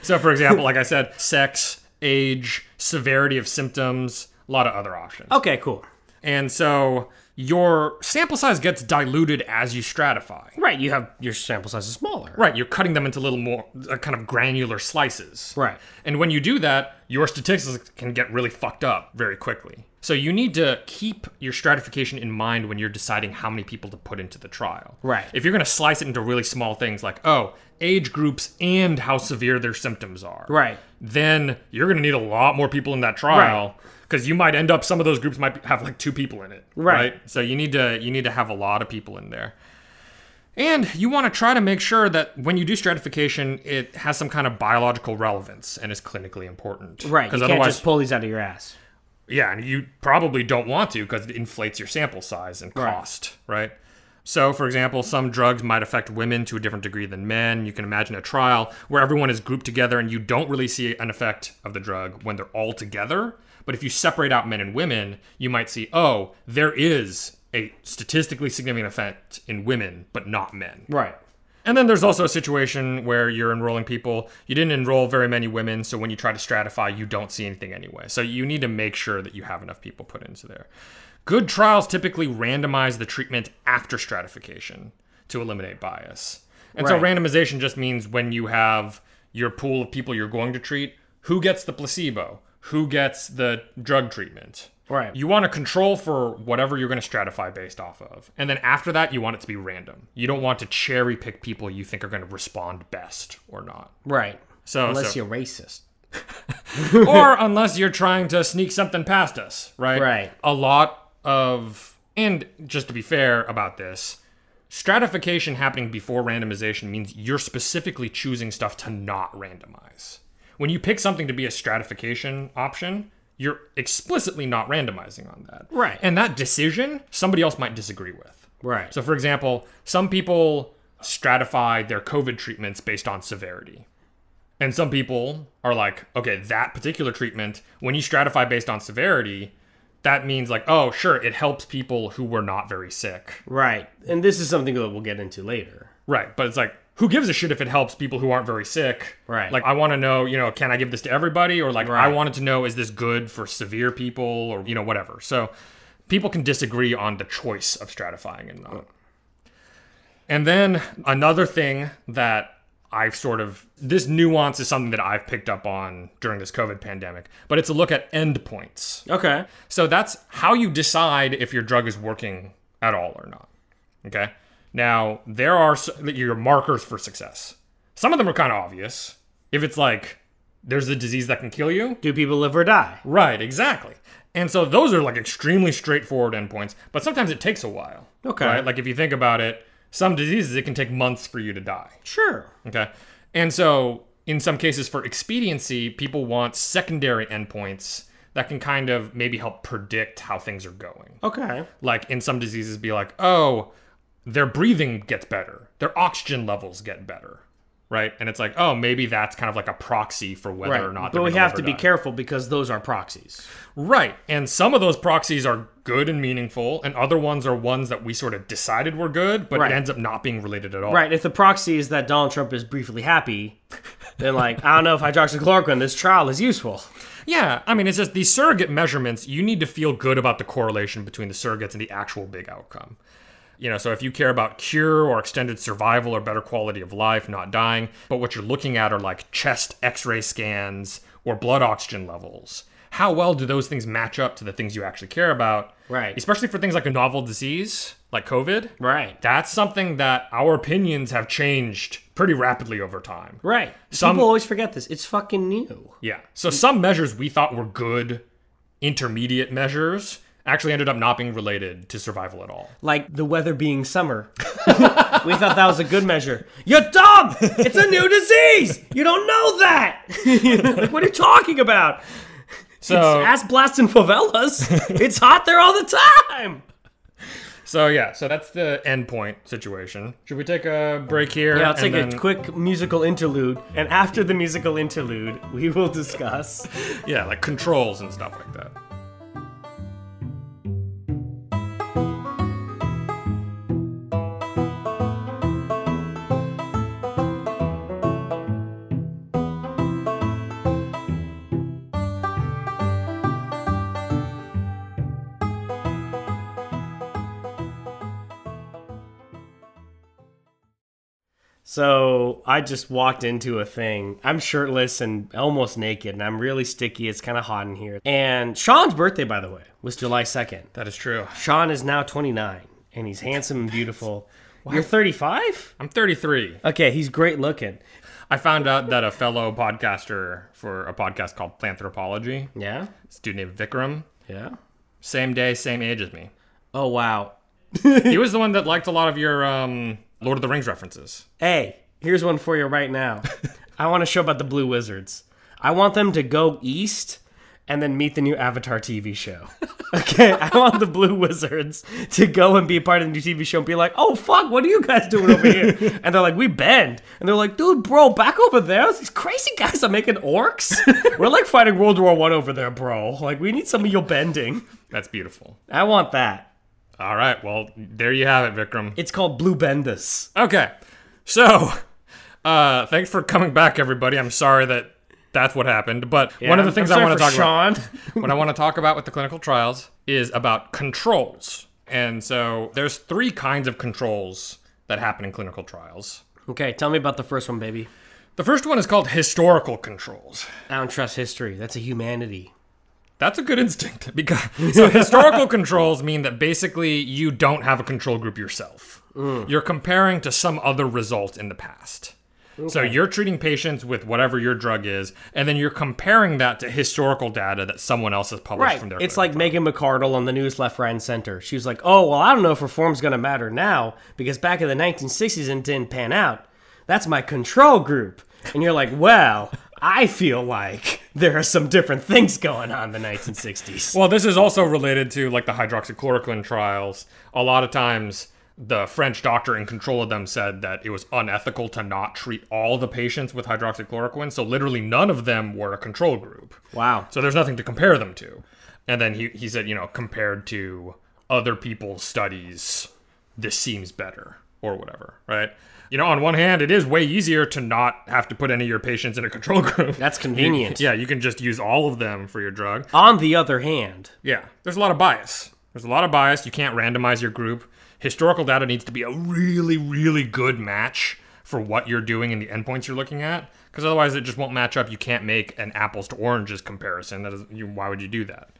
[SPEAKER 2] So, for example, like I said, sex, age, severity of symptoms, a lot of other options.
[SPEAKER 1] okay. Cool.
[SPEAKER 2] And so your sample size gets diluted as you stratify.
[SPEAKER 1] Right. You have your sample size is smaller.
[SPEAKER 2] Right, you're cutting them into little more uh, kind of granular slices.
[SPEAKER 1] Right.
[SPEAKER 2] And when you do that, your statistics can get really fucked up very quickly. So you need to keep your stratification in mind when you're deciding how many people to put into the trial.
[SPEAKER 1] Right.
[SPEAKER 2] If you're going to slice it into really small things like, oh, age groups and how severe their symptoms are.
[SPEAKER 1] Right.
[SPEAKER 2] Then you're going to need a lot more people in that trial because you might end up some of those groups might have like two people in it.
[SPEAKER 1] Right.
[SPEAKER 2] So you need to you need to have a lot of people in there. And you want to try to make sure that when you do stratification, it has some kind of biological relevance and is clinically important.
[SPEAKER 1] Right. You
[SPEAKER 2] Because
[SPEAKER 1] can't
[SPEAKER 2] otherwise,
[SPEAKER 1] just pull these out of your ass.
[SPEAKER 2] yeah, and you probably don't want to because it inflates your sample size and cost, right? So, for example, some drugs might affect women to a different degree than men. You can imagine a trial where everyone is grouped together and you don't really see an effect of the drug when they're all together. But if you separate out men and women, you might see, oh, there is a statistically significant effect in women, but not men.
[SPEAKER 1] Right.
[SPEAKER 2] And then there's also a situation where you're enrolling people. You didn't enroll very many women, so when you try to stratify, you don't see anything anyway. So you need to make sure that you have enough people put into there. Good trials typically randomize the treatment after stratification to eliminate bias. And so
[SPEAKER 1] Right.
[SPEAKER 2] randomization just means when you have your pool of people you're going to treat, who gets the placebo, who gets the drug treatment.
[SPEAKER 1] Right.
[SPEAKER 2] You want to control for whatever you're going to stratify based off of. And then after that, you want it to be random. You don't want to cherry pick people you think are going to respond best or not.
[SPEAKER 1] Right.
[SPEAKER 2] So,
[SPEAKER 1] Unless
[SPEAKER 2] so-
[SPEAKER 1] you're racist.
[SPEAKER 2] or unless you're trying to sneak something past us, right?
[SPEAKER 1] Right.
[SPEAKER 2] A lot of, and just to be fair about this, stratification happening before randomization means you're specifically choosing stuff to not randomize. When you pick something to be a stratification option, you're explicitly not randomizing on that.
[SPEAKER 1] Right.
[SPEAKER 2] And that decision, somebody else might disagree with.
[SPEAKER 1] Right.
[SPEAKER 2] So, for example, some people stratify their COVID treatments based on severity. And some people are like, okay, that particular treatment, when you stratify based on severity, that means like, oh, sure, it helps people who were not very sick.
[SPEAKER 1] Right. And this is something that we'll get into later.
[SPEAKER 2] Right. But it's like, who gives a shit if it helps people who aren't very sick?
[SPEAKER 1] Right.
[SPEAKER 2] Like, I want to know, you know, can I give this to everybody? Or like, I
[SPEAKER 1] Right.
[SPEAKER 2] wanted to know, is this good for severe people or, you know, whatever. So people can disagree on the choice of stratifying and not. And then another thing that I've sort of this nuance is something that I've picked up on during this COVID pandemic, but it's a look at endpoints.
[SPEAKER 1] Okay.
[SPEAKER 2] So that's how you decide if your drug is working at all or not. Okay. Now there are s- your markers for success. Some of them are kind of obvious. If it's like there's a disease that can kill you,
[SPEAKER 1] Do people live or die?
[SPEAKER 2] right? Exactly. And so those are like extremely straightforward endpoints, but sometimes it takes a while.
[SPEAKER 1] Okay.
[SPEAKER 2] Right? Like if you think about it, some diseases it can take months for you to die.
[SPEAKER 1] Sure.
[SPEAKER 2] Okay. And so, in some cases, for expediency, people want secondary endpoints that can kind of maybe help predict how things are going.
[SPEAKER 1] Okay.
[SPEAKER 2] Like in some diseases, be like, oh, their breathing gets better, their oxygen levels get better, right? And it's like, oh, maybe that's kind of like a proxy for whether
[SPEAKER 1] Right.
[SPEAKER 2] or not.
[SPEAKER 1] but
[SPEAKER 2] they're
[SPEAKER 1] we
[SPEAKER 2] gonna
[SPEAKER 1] have
[SPEAKER 2] live
[SPEAKER 1] to
[SPEAKER 2] or
[SPEAKER 1] be
[SPEAKER 2] die.
[SPEAKER 1] careful because those are proxies.
[SPEAKER 2] Right. And some of those proxies are good and meaningful, and other ones are ones that we sort of decided were good, but
[SPEAKER 1] Right.
[SPEAKER 2] it ends up not being related at all.
[SPEAKER 1] Right. If the proxy is that Donald Trump is briefly happy, then like I don't know if hydroxychloroquine this trial is useful.
[SPEAKER 2] Yeah, I mean, it's just these surrogate measurements, you need to feel good about the correlation between the surrogates and the actual big outcome. You know, so if you care about cure or extended survival or better quality of life, not dying, but what you're looking at are like chest x ray scans or blood oxygen levels, how well do those things match up to the things you actually care about?
[SPEAKER 1] Right.
[SPEAKER 2] Especially for things like a novel disease, like COVID.
[SPEAKER 1] Right.
[SPEAKER 2] That's something that our opinions have changed pretty rapidly over time.
[SPEAKER 1] Right.
[SPEAKER 2] Some-
[SPEAKER 1] people always forget this. It's fucking new.
[SPEAKER 2] Yeah.
[SPEAKER 1] Mm.
[SPEAKER 2] So some measures we thought were good intermediate measures actually ended up not being related to survival at all.
[SPEAKER 1] Like the weather being summer. we thought that was a good measure. You're dumb! It's a new disease! You don't know that! like, what are you talking about?
[SPEAKER 2] So
[SPEAKER 1] Ass blasting favelas. it's hot there all the time!
[SPEAKER 2] so yeah, so that's the endpoint situation. Should we take a break here?
[SPEAKER 1] Yeah, I'll take
[SPEAKER 2] and
[SPEAKER 1] a
[SPEAKER 2] then-
[SPEAKER 1] quick musical interlude, and after the musical interlude, we will discuss.
[SPEAKER 2] Yeah, like controls and stuff like that.
[SPEAKER 1] So I just walked into a thing. I'm shirtless and almost naked, and I'm really sticky. It's kind of hot in here. And Sean's birthday, by the way, was July 2nd.
[SPEAKER 2] That is true.
[SPEAKER 1] Sean is now 29, and he's handsome and beautiful. You're 35?
[SPEAKER 2] I'm 33.
[SPEAKER 1] Okay, he's great looking.
[SPEAKER 2] I found out that a fellow podcaster for a podcast called Planthropology,
[SPEAKER 1] Yeah?
[SPEAKER 2] this dude named Vikram,
[SPEAKER 1] Yeah?
[SPEAKER 2] same day, same age as me.
[SPEAKER 1] Oh, wow.
[SPEAKER 2] He was the one that liked a lot of your um, Lord of the Rings references.
[SPEAKER 1] Hey, here's one for you right now. I want to show about the Blue Wizards. I want them to go east and then meet the new Avatar TV show. Okay, I want the Blue Wizards to go and be a part of the new TV show and be like, oh fuck, what are you guys doing over here? And they're like, we bend. And they're like, dude, bro, back over there, these crazy guys are making orcs. We're like fighting World War One over there, bro. Like, we need some of your bending.
[SPEAKER 2] That's beautiful.
[SPEAKER 1] I want that.
[SPEAKER 2] All right. Well, there you have it, Vikram.
[SPEAKER 1] It's called Blue Bendis.
[SPEAKER 2] Okay. So, uh, thanks for coming back, everybody. I'm sorry that that's what happened. But one of the things I want to talk about,
[SPEAKER 1] Sean.
[SPEAKER 2] what I want to talk about with the clinical trials is about controls. And so, there's three kinds of controls that happen in clinical trials.
[SPEAKER 1] Okay, tell me about the first one, baby.
[SPEAKER 2] The first one is called historical controls.
[SPEAKER 1] I don't trust history. That's a humanity.
[SPEAKER 2] That's a good instinct because so historical controls mean that basically you don't have a control group yourself.
[SPEAKER 1] Mm.
[SPEAKER 2] You're comparing to some other result in the past. So you're treating patients with whatever your drug is, and then you're comparing that to historical data that someone else has published
[SPEAKER 1] Right.
[SPEAKER 2] from their.
[SPEAKER 1] It's
[SPEAKER 2] clinical
[SPEAKER 1] like Megan McArdle on the news left, right, and center. She was like, oh, well, I don't know if reform's going to matter now because back in the 1960s it didn't pan out. That's my control group. And you're like, well, I feel like there are some different things going on in the 1960s.
[SPEAKER 2] Well, this is also related to like the hydroxychloroquine trials. A lot of times, the French doctor in control of them said that it was unethical to not treat all the patients with hydroxychloroquine, so literally none of them were a control group.
[SPEAKER 1] Wow.
[SPEAKER 2] So there's nothing to compare them to. And then he, he said, you know, compared to other people's studies, this seems better or whatever, right? You know, on one hand, it is way easier to not have to put any of your patients in a control group.
[SPEAKER 1] That's convenient.
[SPEAKER 2] yeah, you can just use all of them for your drug.
[SPEAKER 1] On the other hand,
[SPEAKER 2] Yeah, there's a lot of bias. There's a lot of bias. You can't randomize your group. Historical data needs to be a really, really good match for what you're doing and the endpoints you're looking at, because otherwise it just won't match up. You can't make an apples to oranges comparison. That is, you, why would you do that?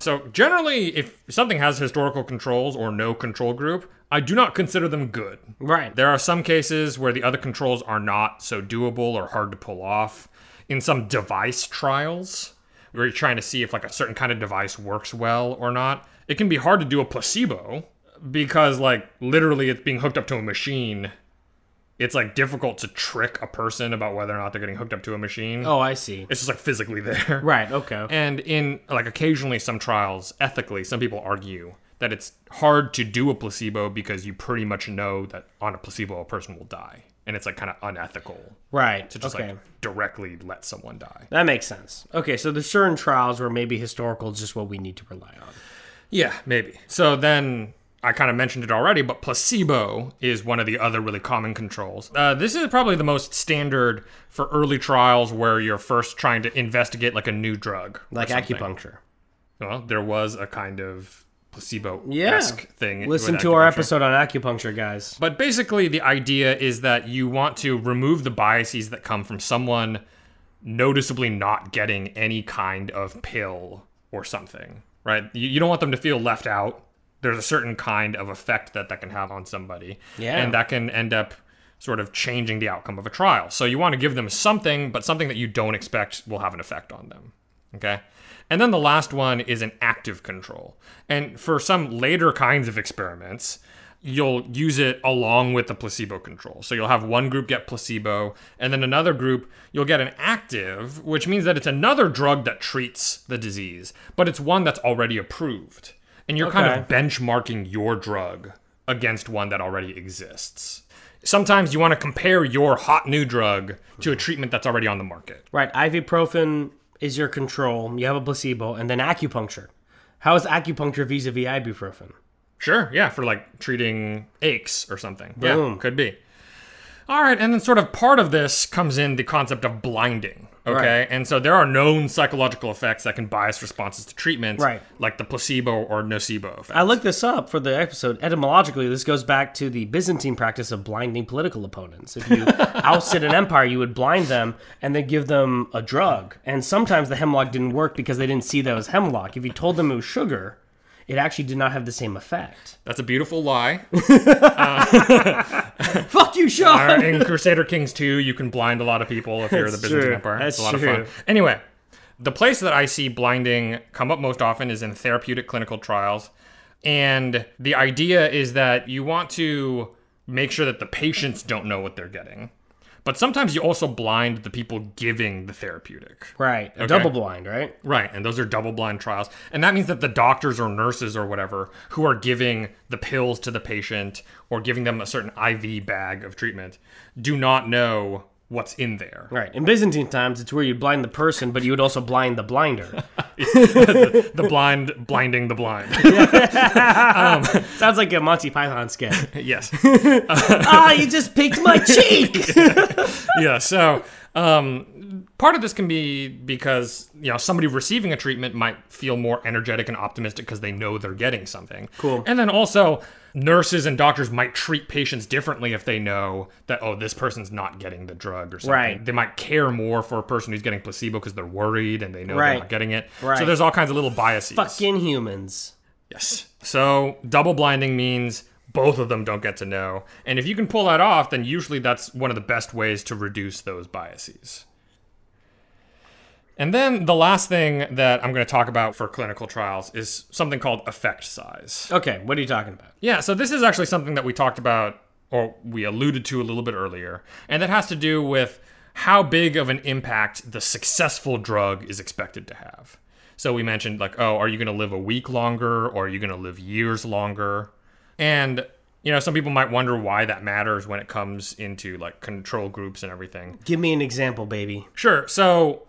[SPEAKER 2] So generally, if something has historical controls or no control group, I do not consider them good.
[SPEAKER 1] Right.
[SPEAKER 2] There are some cases where the other controls are not so doable or hard to pull off. In some device trials, where you're trying to see if like a certain kind of device works well or not, it can be hard to do a placebo because like literally it's being hooked up to a machine. It's like difficult to trick a person about whether or not they're getting hooked up to a machine.
[SPEAKER 1] oh, I see.
[SPEAKER 2] It's just like physically there.
[SPEAKER 1] Right, okay.
[SPEAKER 2] And in like occasionally some trials, ethically, some people argue that it's hard to do a placebo because you pretty much know that on a placebo a person will die. And it's like kind of unethical
[SPEAKER 1] right.
[SPEAKER 2] to just
[SPEAKER 1] okay.
[SPEAKER 2] like directly let someone die.
[SPEAKER 1] that makes sense. Okay, so there's certain trials where maybe historical is just what we need to rely on.
[SPEAKER 2] Yeah, maybe. So then I kind of mentioned it already, but placebo is one of the other really common controls. Uh, this is probably the most standard for early trials where you're first trying to investigate like a new drug. or
[SPEAKER 1] Like
[SPEAKER 2] something.
[SPEAKER 1] acupuncture.
[SPEAKER 2] Well, there was a kind of placebo
[SPEAKER 1] Yeah.
[SPEAKER 2] esque thing. with
[SPEAKER 1] Listen to our
[SPEAKER 2] acupuncture.
[SPEAKER 1] episode on acupuncture, guys.
[SPEAKER 2] But basically, the idea is that you want to remove the biases that come from someone noticeably not getting any kind of pill or something, right? You, you don't want them to feel left out. There's a certain kind of effect that that can have on somebody.
[SPEAKER 1] Yeah.
[SPEAKER 2] And that can end up sort of changing the outcome of a trial. So you want to give them something, but something that you don't expect will have an effect on them. Okay. And then the last one is an active control. And for some later kinds of experiments, you'll use it along with the placebo control. So you'll have one group get placebo, and then another group, you'll get an active, which means that it's another drug that treats the disease, but it's one that's already approved. And you're kind of benchmarking your drug against one that already exists. Sometimes you want to compare your hot new drug to a treatment that's already on the market.
[SPEAKER 1] Right, ibuprofen is your control. You have a placebo, and then acupuncture. How is acupuncture vis-a-vis ibuprofen?
[SPEAKER 2] Sure, yeah, for like treating aches or something. Yeah,
[SPEAKER 1] Boom.
[SPEAKER 2] could be. All right, and then sort of part of this comes in the concept of blinding. Okay, and so there are known psychological effects that can bias responses to treatments,
[SPEAKER 1] Right.
[SPEAKER 2] Like the placebo or nocebo effect.
[SPEAKER 1] I looked this up for the episode. Etymologically, this goes back to the Byzantine practice of blinding political opponents. If you ousted an empire, you would blind them and then give them a drug. And sometimes the hemlock didn't work because they didn't see that it was hemlock. If you told them it was sugar, it actually did not have the same effect.
[SPEAKER 2] That's a beautiful lie.
[SPEAKER 1] Fuck you,
[SPEAKER 2] All
[SPEAKER 1] Sean!
[SPEAKER 2] right, in Crusader Kings 2, you can blind a lot of people if you're the
[SPEAKER 1] That's
[SPEAKER 2] Byzantine
[SPEAKER 1] true.
[SPEAKER 2] Empire.
[SPEAKER 1] That's
[SPEAKER 2] it's a lot
[SPEAKER 1] true.
[SPEAKER 2] of fun. Anyway, the place that I see blinding come up most often is in therapeutic clinical trials. And the idea is that you want to make sure that the patients don't know what they're getting. But sometimes you also blind the people giving the therapeutic.
[SPEAKER 1] Right. A
[SPEAKER 2] Okay.
[SPEAKER 1] double blind, right?
[SPEAKER 2] Right, and those are double blind trials. And that means that the doctors or nurses or whatever who are giving the pills to the patient or giving them a certain IV bag of treatment do not know what's in there.
[SPEAKER 1] Right. In Byzantine times, it's where you'd blind the person, but you would also blind the blinder.
[SPEAKER 2] The blind blinding the blind.
[SPEAKER 1] Sounds like a Monty Python sketch.
[SPEAKER 2] yes.
[SPEAKER 1] ah, you just picked my cheek.
[SPEAKER 2] yeah. So um, part of this can be because you know somebody receiving a treatment might feel more energetic and optimistic because they know they're getting something. Cool. And then also nurses and doctors might treat patients differently if they know that oh this person's not getting the drug or something.
[SPEAKER 1] Right.
[SPEAKER 2] They might care more for a person who's getting placebo because they're worried and they know
[SPEAKER 1] Right.
[SPEAKER 2] they're not getting it.
[SPEAKER 1] Right.
[SPEAKER 2] So there's all kinds of little biases.
[SPEAKER 1] Fucking humans.
[SPEAKER 2] Yes. So double blinding means both of them don't get to know. And if you can pull that off, then usually that's one of the best ways to reduce those biases. And then the last thing that I'm going to talk about for clinical trials is something called effect size.
[SPEAKER 1] Okay, what are you talking about?
[SPEAKER 2] Yeah, so this is actually something that we talked about or we alluded to a little bit earlier, and that has to do with how big of an impact the successful drug is expected to have. So we mentioned like, oh, are you going to live a week longer or are you going to live years longer? And you know, some people might wonder why that matters when it comes into like control groups and everything.
[SPEAKER 1] Give me an example, baby.
[SPEAKER 2] Sure. So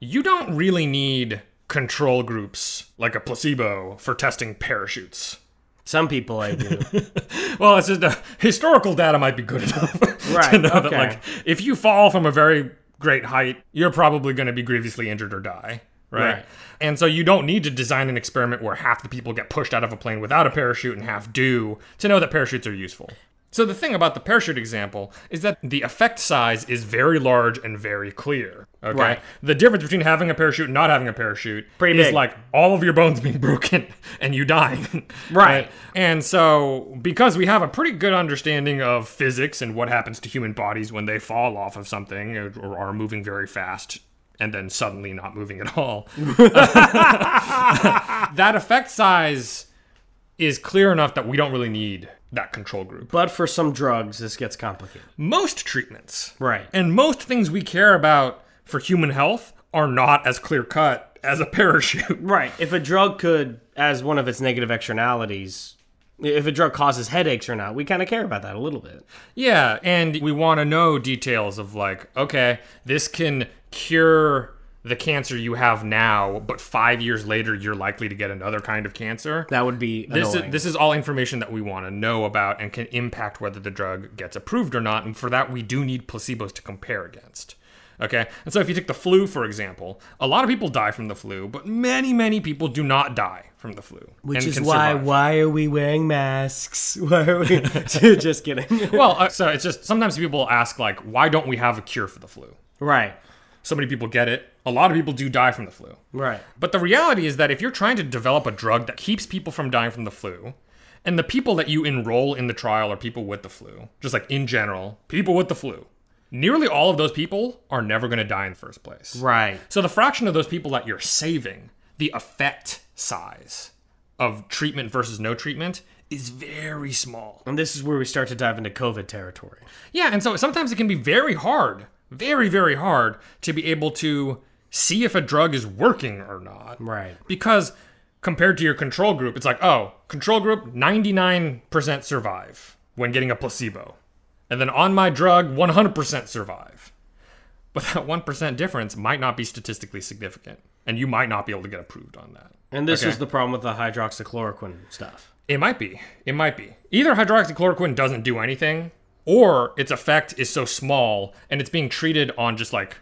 [SPEAKER 2] you don't really need control groups like a placebo for testing parachutes.
[SPEAKER 1] Some people I do.
[SPEAKER 2] Well, it's just uh, historical data might be good enough to
[SPEAKER 1] Right,
[SPEAKER 2] know that,
[SPEAKER 1] okay.
[SPEAKER 2] like, if you fall from a very great height, you're probably going to be grievously injured or die, right?
[SPEAKER 1] Right.
[SPEAKER 2] And so you don't need to design an experiment where half the people get pushed out of a plane without a parachute and half do to know that parachutes are useful. So the thing about the parachute example is that the effect size is very large and very clear. Okay.
[SPEAKER 1] Right.
[SPEAKER 2] The difference between having a parachute and not having a parachute
[SPEAKER 1] Pretty
[SPEAKER 2] is
[SPEAKER 1] big.
[SPEAKER 2] like all of your bones being broken and you dying.
[SPEAKER 1] Right.
[SPEAKER 2] And so, because we have a pretty good understanding of physics and what happens to human bodies when they fall off of something or, or are moving very fast and then suddenly not moving at all, that effect size is clear enough that we don't really need that control group.
[SPEAKER 1] but for some drugs, this gets complicated.
[SPEAKER 2] Most treatments
[SPEAKER 1] Right.
[SPEAKER 2] and most things we care about for human health are not as clear cut as a parachute.
[SPEAKER 1] Right. If a drug could, as one of its negative externalities, if a drug causes headaches or not, we kind of care about that a little bit.
[SPEAKER 2] Yeah, and we want to know details of like, okay, this can cure the cancer you have now, but five years later you're likely to get another kind of cancer.
[SPEAKER 1] That would be
[SPEAKER 2] This
[SPEAKER 1] annoying.
[SPEAKER 2] is, this is all information that we want to know about and can impact whether the drug gets approved or not. And for that, we do need placebos to compare against. Okay. And so if you take the flu, for example, a lot of people die from the flu, but many, many people do not die from the flu.
[SPEAKER 1] which
[SPEAKER 2] and
[SPEAKER 1] is
[SPEAKER 2] can
[SPEAKER 1] why
[SPEAKER 2] survive.
[SPEAKER 1] why are we wearing masks? Why are we? just kidding.
[SPEAKER 2] Well, uh, so it's just sometimes people ask, like, why don't we have a cure for the flu?
[SPEAKER 1] Right.
[SPEAKER 2] so many people get it. A lot of people do die from the flu.
[SPEAKER 1] Right.
[SPEAKER 2] But the reality is that if you're trying to develop a drug that keeps people from dying from the flu, and the people that you enroll in the trial are people with the flu, just like in general, people with the flu, nearly all of those people are never going to die in the first place.
[SPEAKER 1] Right.
[SPEAKER 2] So the fraction of those people that you're saving, the effect size of treatment versus no treatment, is very small.
[SPEAKER 1] And this is where we start to dive into COVID territory.
[SPEAKER 2] Yeah, and so sometimes it can be very hard, very, very hard to be able to see if a drug is working or not.
[SPEAKER 1] Right.
[SPEAKER 2] Because compared to your control group, it's like, oh, control group, 99% survive when getting a placebo. And then on my drug, 100% survive. But that 1% difference might not be statistically significant, and you might not be able to get approved on that.
[SPEAKER 1] And this
[SPEAKER 2] Okay.
[SPEAKER 1] is the problem with the hydroxychloroquine stuff.
[SPEAKER 2] It might be. It might be. Either hydroxychloroquine doesn't do anything, or its effect is so small and it's being treated on just like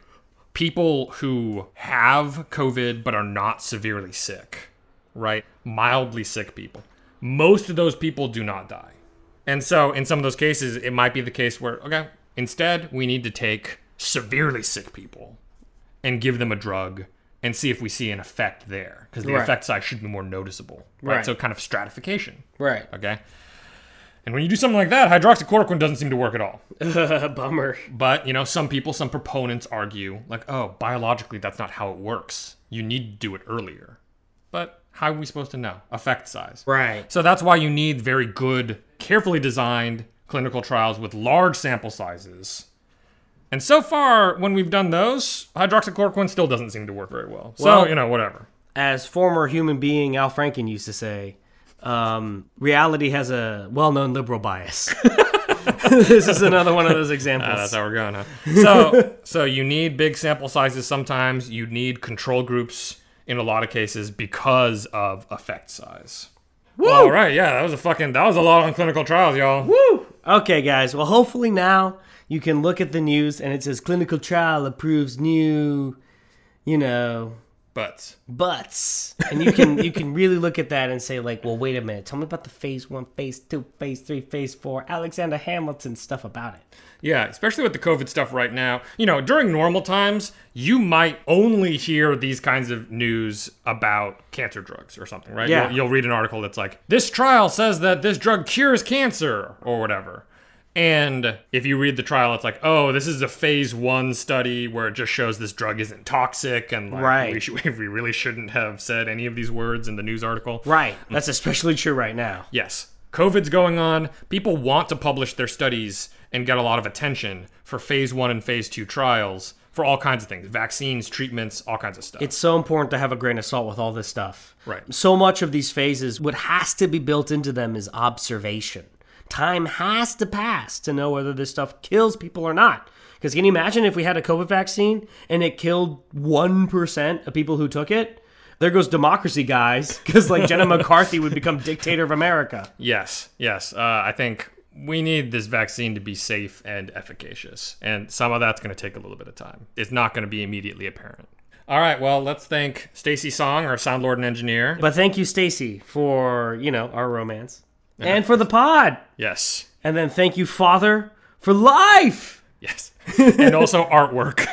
[SPEAKER 2] people who have COVID but are not severely sick, right? Mildly sick people. Most of those people do not die. And so, in some of those cases, it might be the case where, okay, instead, we need to take severely sick people and give them a drug and see if we see an effect there because the
[SPEAKER 1] Right.
[SPEAKER 2] effect size should be more noticeable, right?
[SPEAKER 1] Right.
[SPEAKER 2] So, kind of stratification,
[SPEAKER 1] Right.
[SPEAKER 2] okay? And when you do something like that, hydroxychloroquine doesn't seem to work at all.
[SPEAKER 1] A bummer.
[SPEAKER 2] But, you know, some people, some proponents argue, like, oh, biologically, that's not how it works. You need to do it earlier. But how are we supposed to know? Effect size.
[SPEAKER 1] Right.
[SPEAKER 2] So that's why you need very good, carefully designed clinical trials with large sample sizes And so far, when we've done those, hydroxychloroquine still doesn't seem to work very well. So,
[SPEAKER 1] Well-
[SPEAKER 2] you know, whatever.
[SPEAKER 1] As former human being Al Franken used to say, um, reality has a well known liberal bias. this is another one of those examples.
[SPEAKER 2] Ah, that's how we're going, huh? So, so you need big sample sizes sometimes. You need control groups in a lot of cases because of effect size. All right, yeah, that was a fucking that was a lot on clinical trials, y'all.
[SPEAKER 1] Woo! Okay, guys. Well, hopefully now you can look at the news and it says clinical trial approves new, you know,
[SPEAKER 2] But
[SPEAKER 1] butts, and you can you can really look at that and say like, well, wait a minute. Tell me about the phase one, phase two, phase three, phase four, Alexander Hamilton stuff about it.
[SPEAKER 2] yeah, especially with the COVID stuff right now. You know, during normal times, you might only hear these kinds of news about cancer drugs or something, right?
[SPEAKER 1] Yeah.
[SPEAKER 2] You'll, you'll read an article that's like, "This trial says that this drug cures cancer" or whatever. And if you read the trial, it's like, "Oh, this is a phase one study where it just shows this drug isn't toxic," and like,
[SPEAKER 1] Right.
[SPEAKER 2] we, should, we really shouldn't have said any of these words in the news article.
[SPEAKER 1] Right. That's especially true right now.
[SPEAKER 2] Yes. COVID's going on. People want to publish their studies and get a lot of attention for phase one and phase two trials for all kinds of things vaccines, treatments, all kinds of stuff.
[SPEAKER 1] It's so important to have a grain of salt with all this stuff.
[SPEAKER 2] Right.
[SPEAKER 1] So much of these phases, what has to be built into them is observation. Time has to pass to know whether this stuff kills people or not. Because can you imagine if we had a COVID vaccine and it killed 1% of people who took it? There goes democracy, guys. Because like Jenna McCarthy would become dictator of America.
[SPEAKER 2] yes, yes. Uh, I think we need this vaccine to be safe and efficacious. And some of that's going to take a little bit of time. It's not going to be immediately apparent. All right, well, let's thank Stacy Song, our sound lord and engineer.
[SPEAKER 1] But thank you, Stacy, for you know our romance and for the pod.
[SPEAKER 2] yes,
[SPEAKER 1] And then thank you, Father, for life.
[SPEAKER 2] Yes. and also artwork.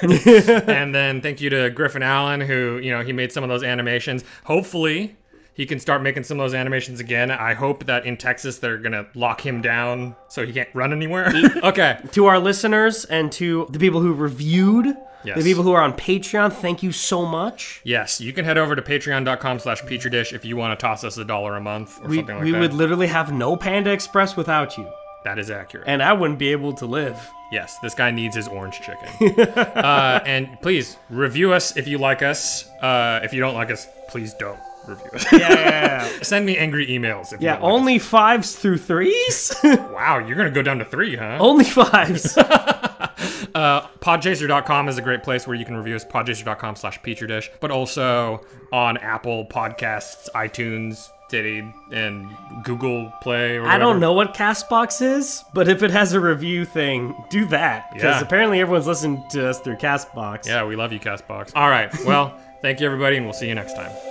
[SPEAKER 2] and then thank you to Griffin Allen, who, you know, he made some of those animations. Hopefully, he can start making some of those animations again. I hope that in Texas they're going to lock him down so he can't run anywhere. okay.
[SPEAKER 1] to our listeners and to the people who reviewed,
[SPEAKER 2] Yes.
[SPEAKER 1] the people who are on Patreon, thank you so much.
[SPEAKER 2] Yes, you can head over to patreon.com slash petri dish if you want to toss us a dollar a month or
[SPEAKER 1] We,
[SPEAKER 2] something like
[SPEAKER 1] we
[SPEAKER 2] that.
[SPEAKER 1] would literally have no Panda Express without you,
[SPEAKER 2] that is accurate.
[SPEAKER 1] and I wouldn't be able to live.
[SPEAKER 2] Yes, this guy needs his orange chicken. uh, and please review us if you like us. Uh, if you don't like us, please don't review us.
[SPEAKER 1] Yeah,
[SPEAKER 2] Send me angry emails. If you
[SPEAKER 1] yeah.
[SPEAKER 2] don't like us.
[SPEAKER 1] Only fives through threes.
[SPEAKER 2] Wow, you're gonna go down to three, huh?
[SPEAKER 1] only fives.
[SPEAKER 2] Podchaser.com is a great place where you can review us. Podchaser.com slash petri dish, but also on Apple Podcasts, iTunes, Titty, and Google Play. Or
[SPEAKER 1] I
[SPEAKER 2] whatever.
[SPEAKER 1] don't know what Castbox is, but if it has a review thing, do that because
[SPEAKER 2] Yeah.
[SPEAKER 1] apparently everyone's listening to us through Castbox.
[SPEAKER 2] Yeah, we love you, Castbox. All right, well, thank you everybody, and we'll see you next time.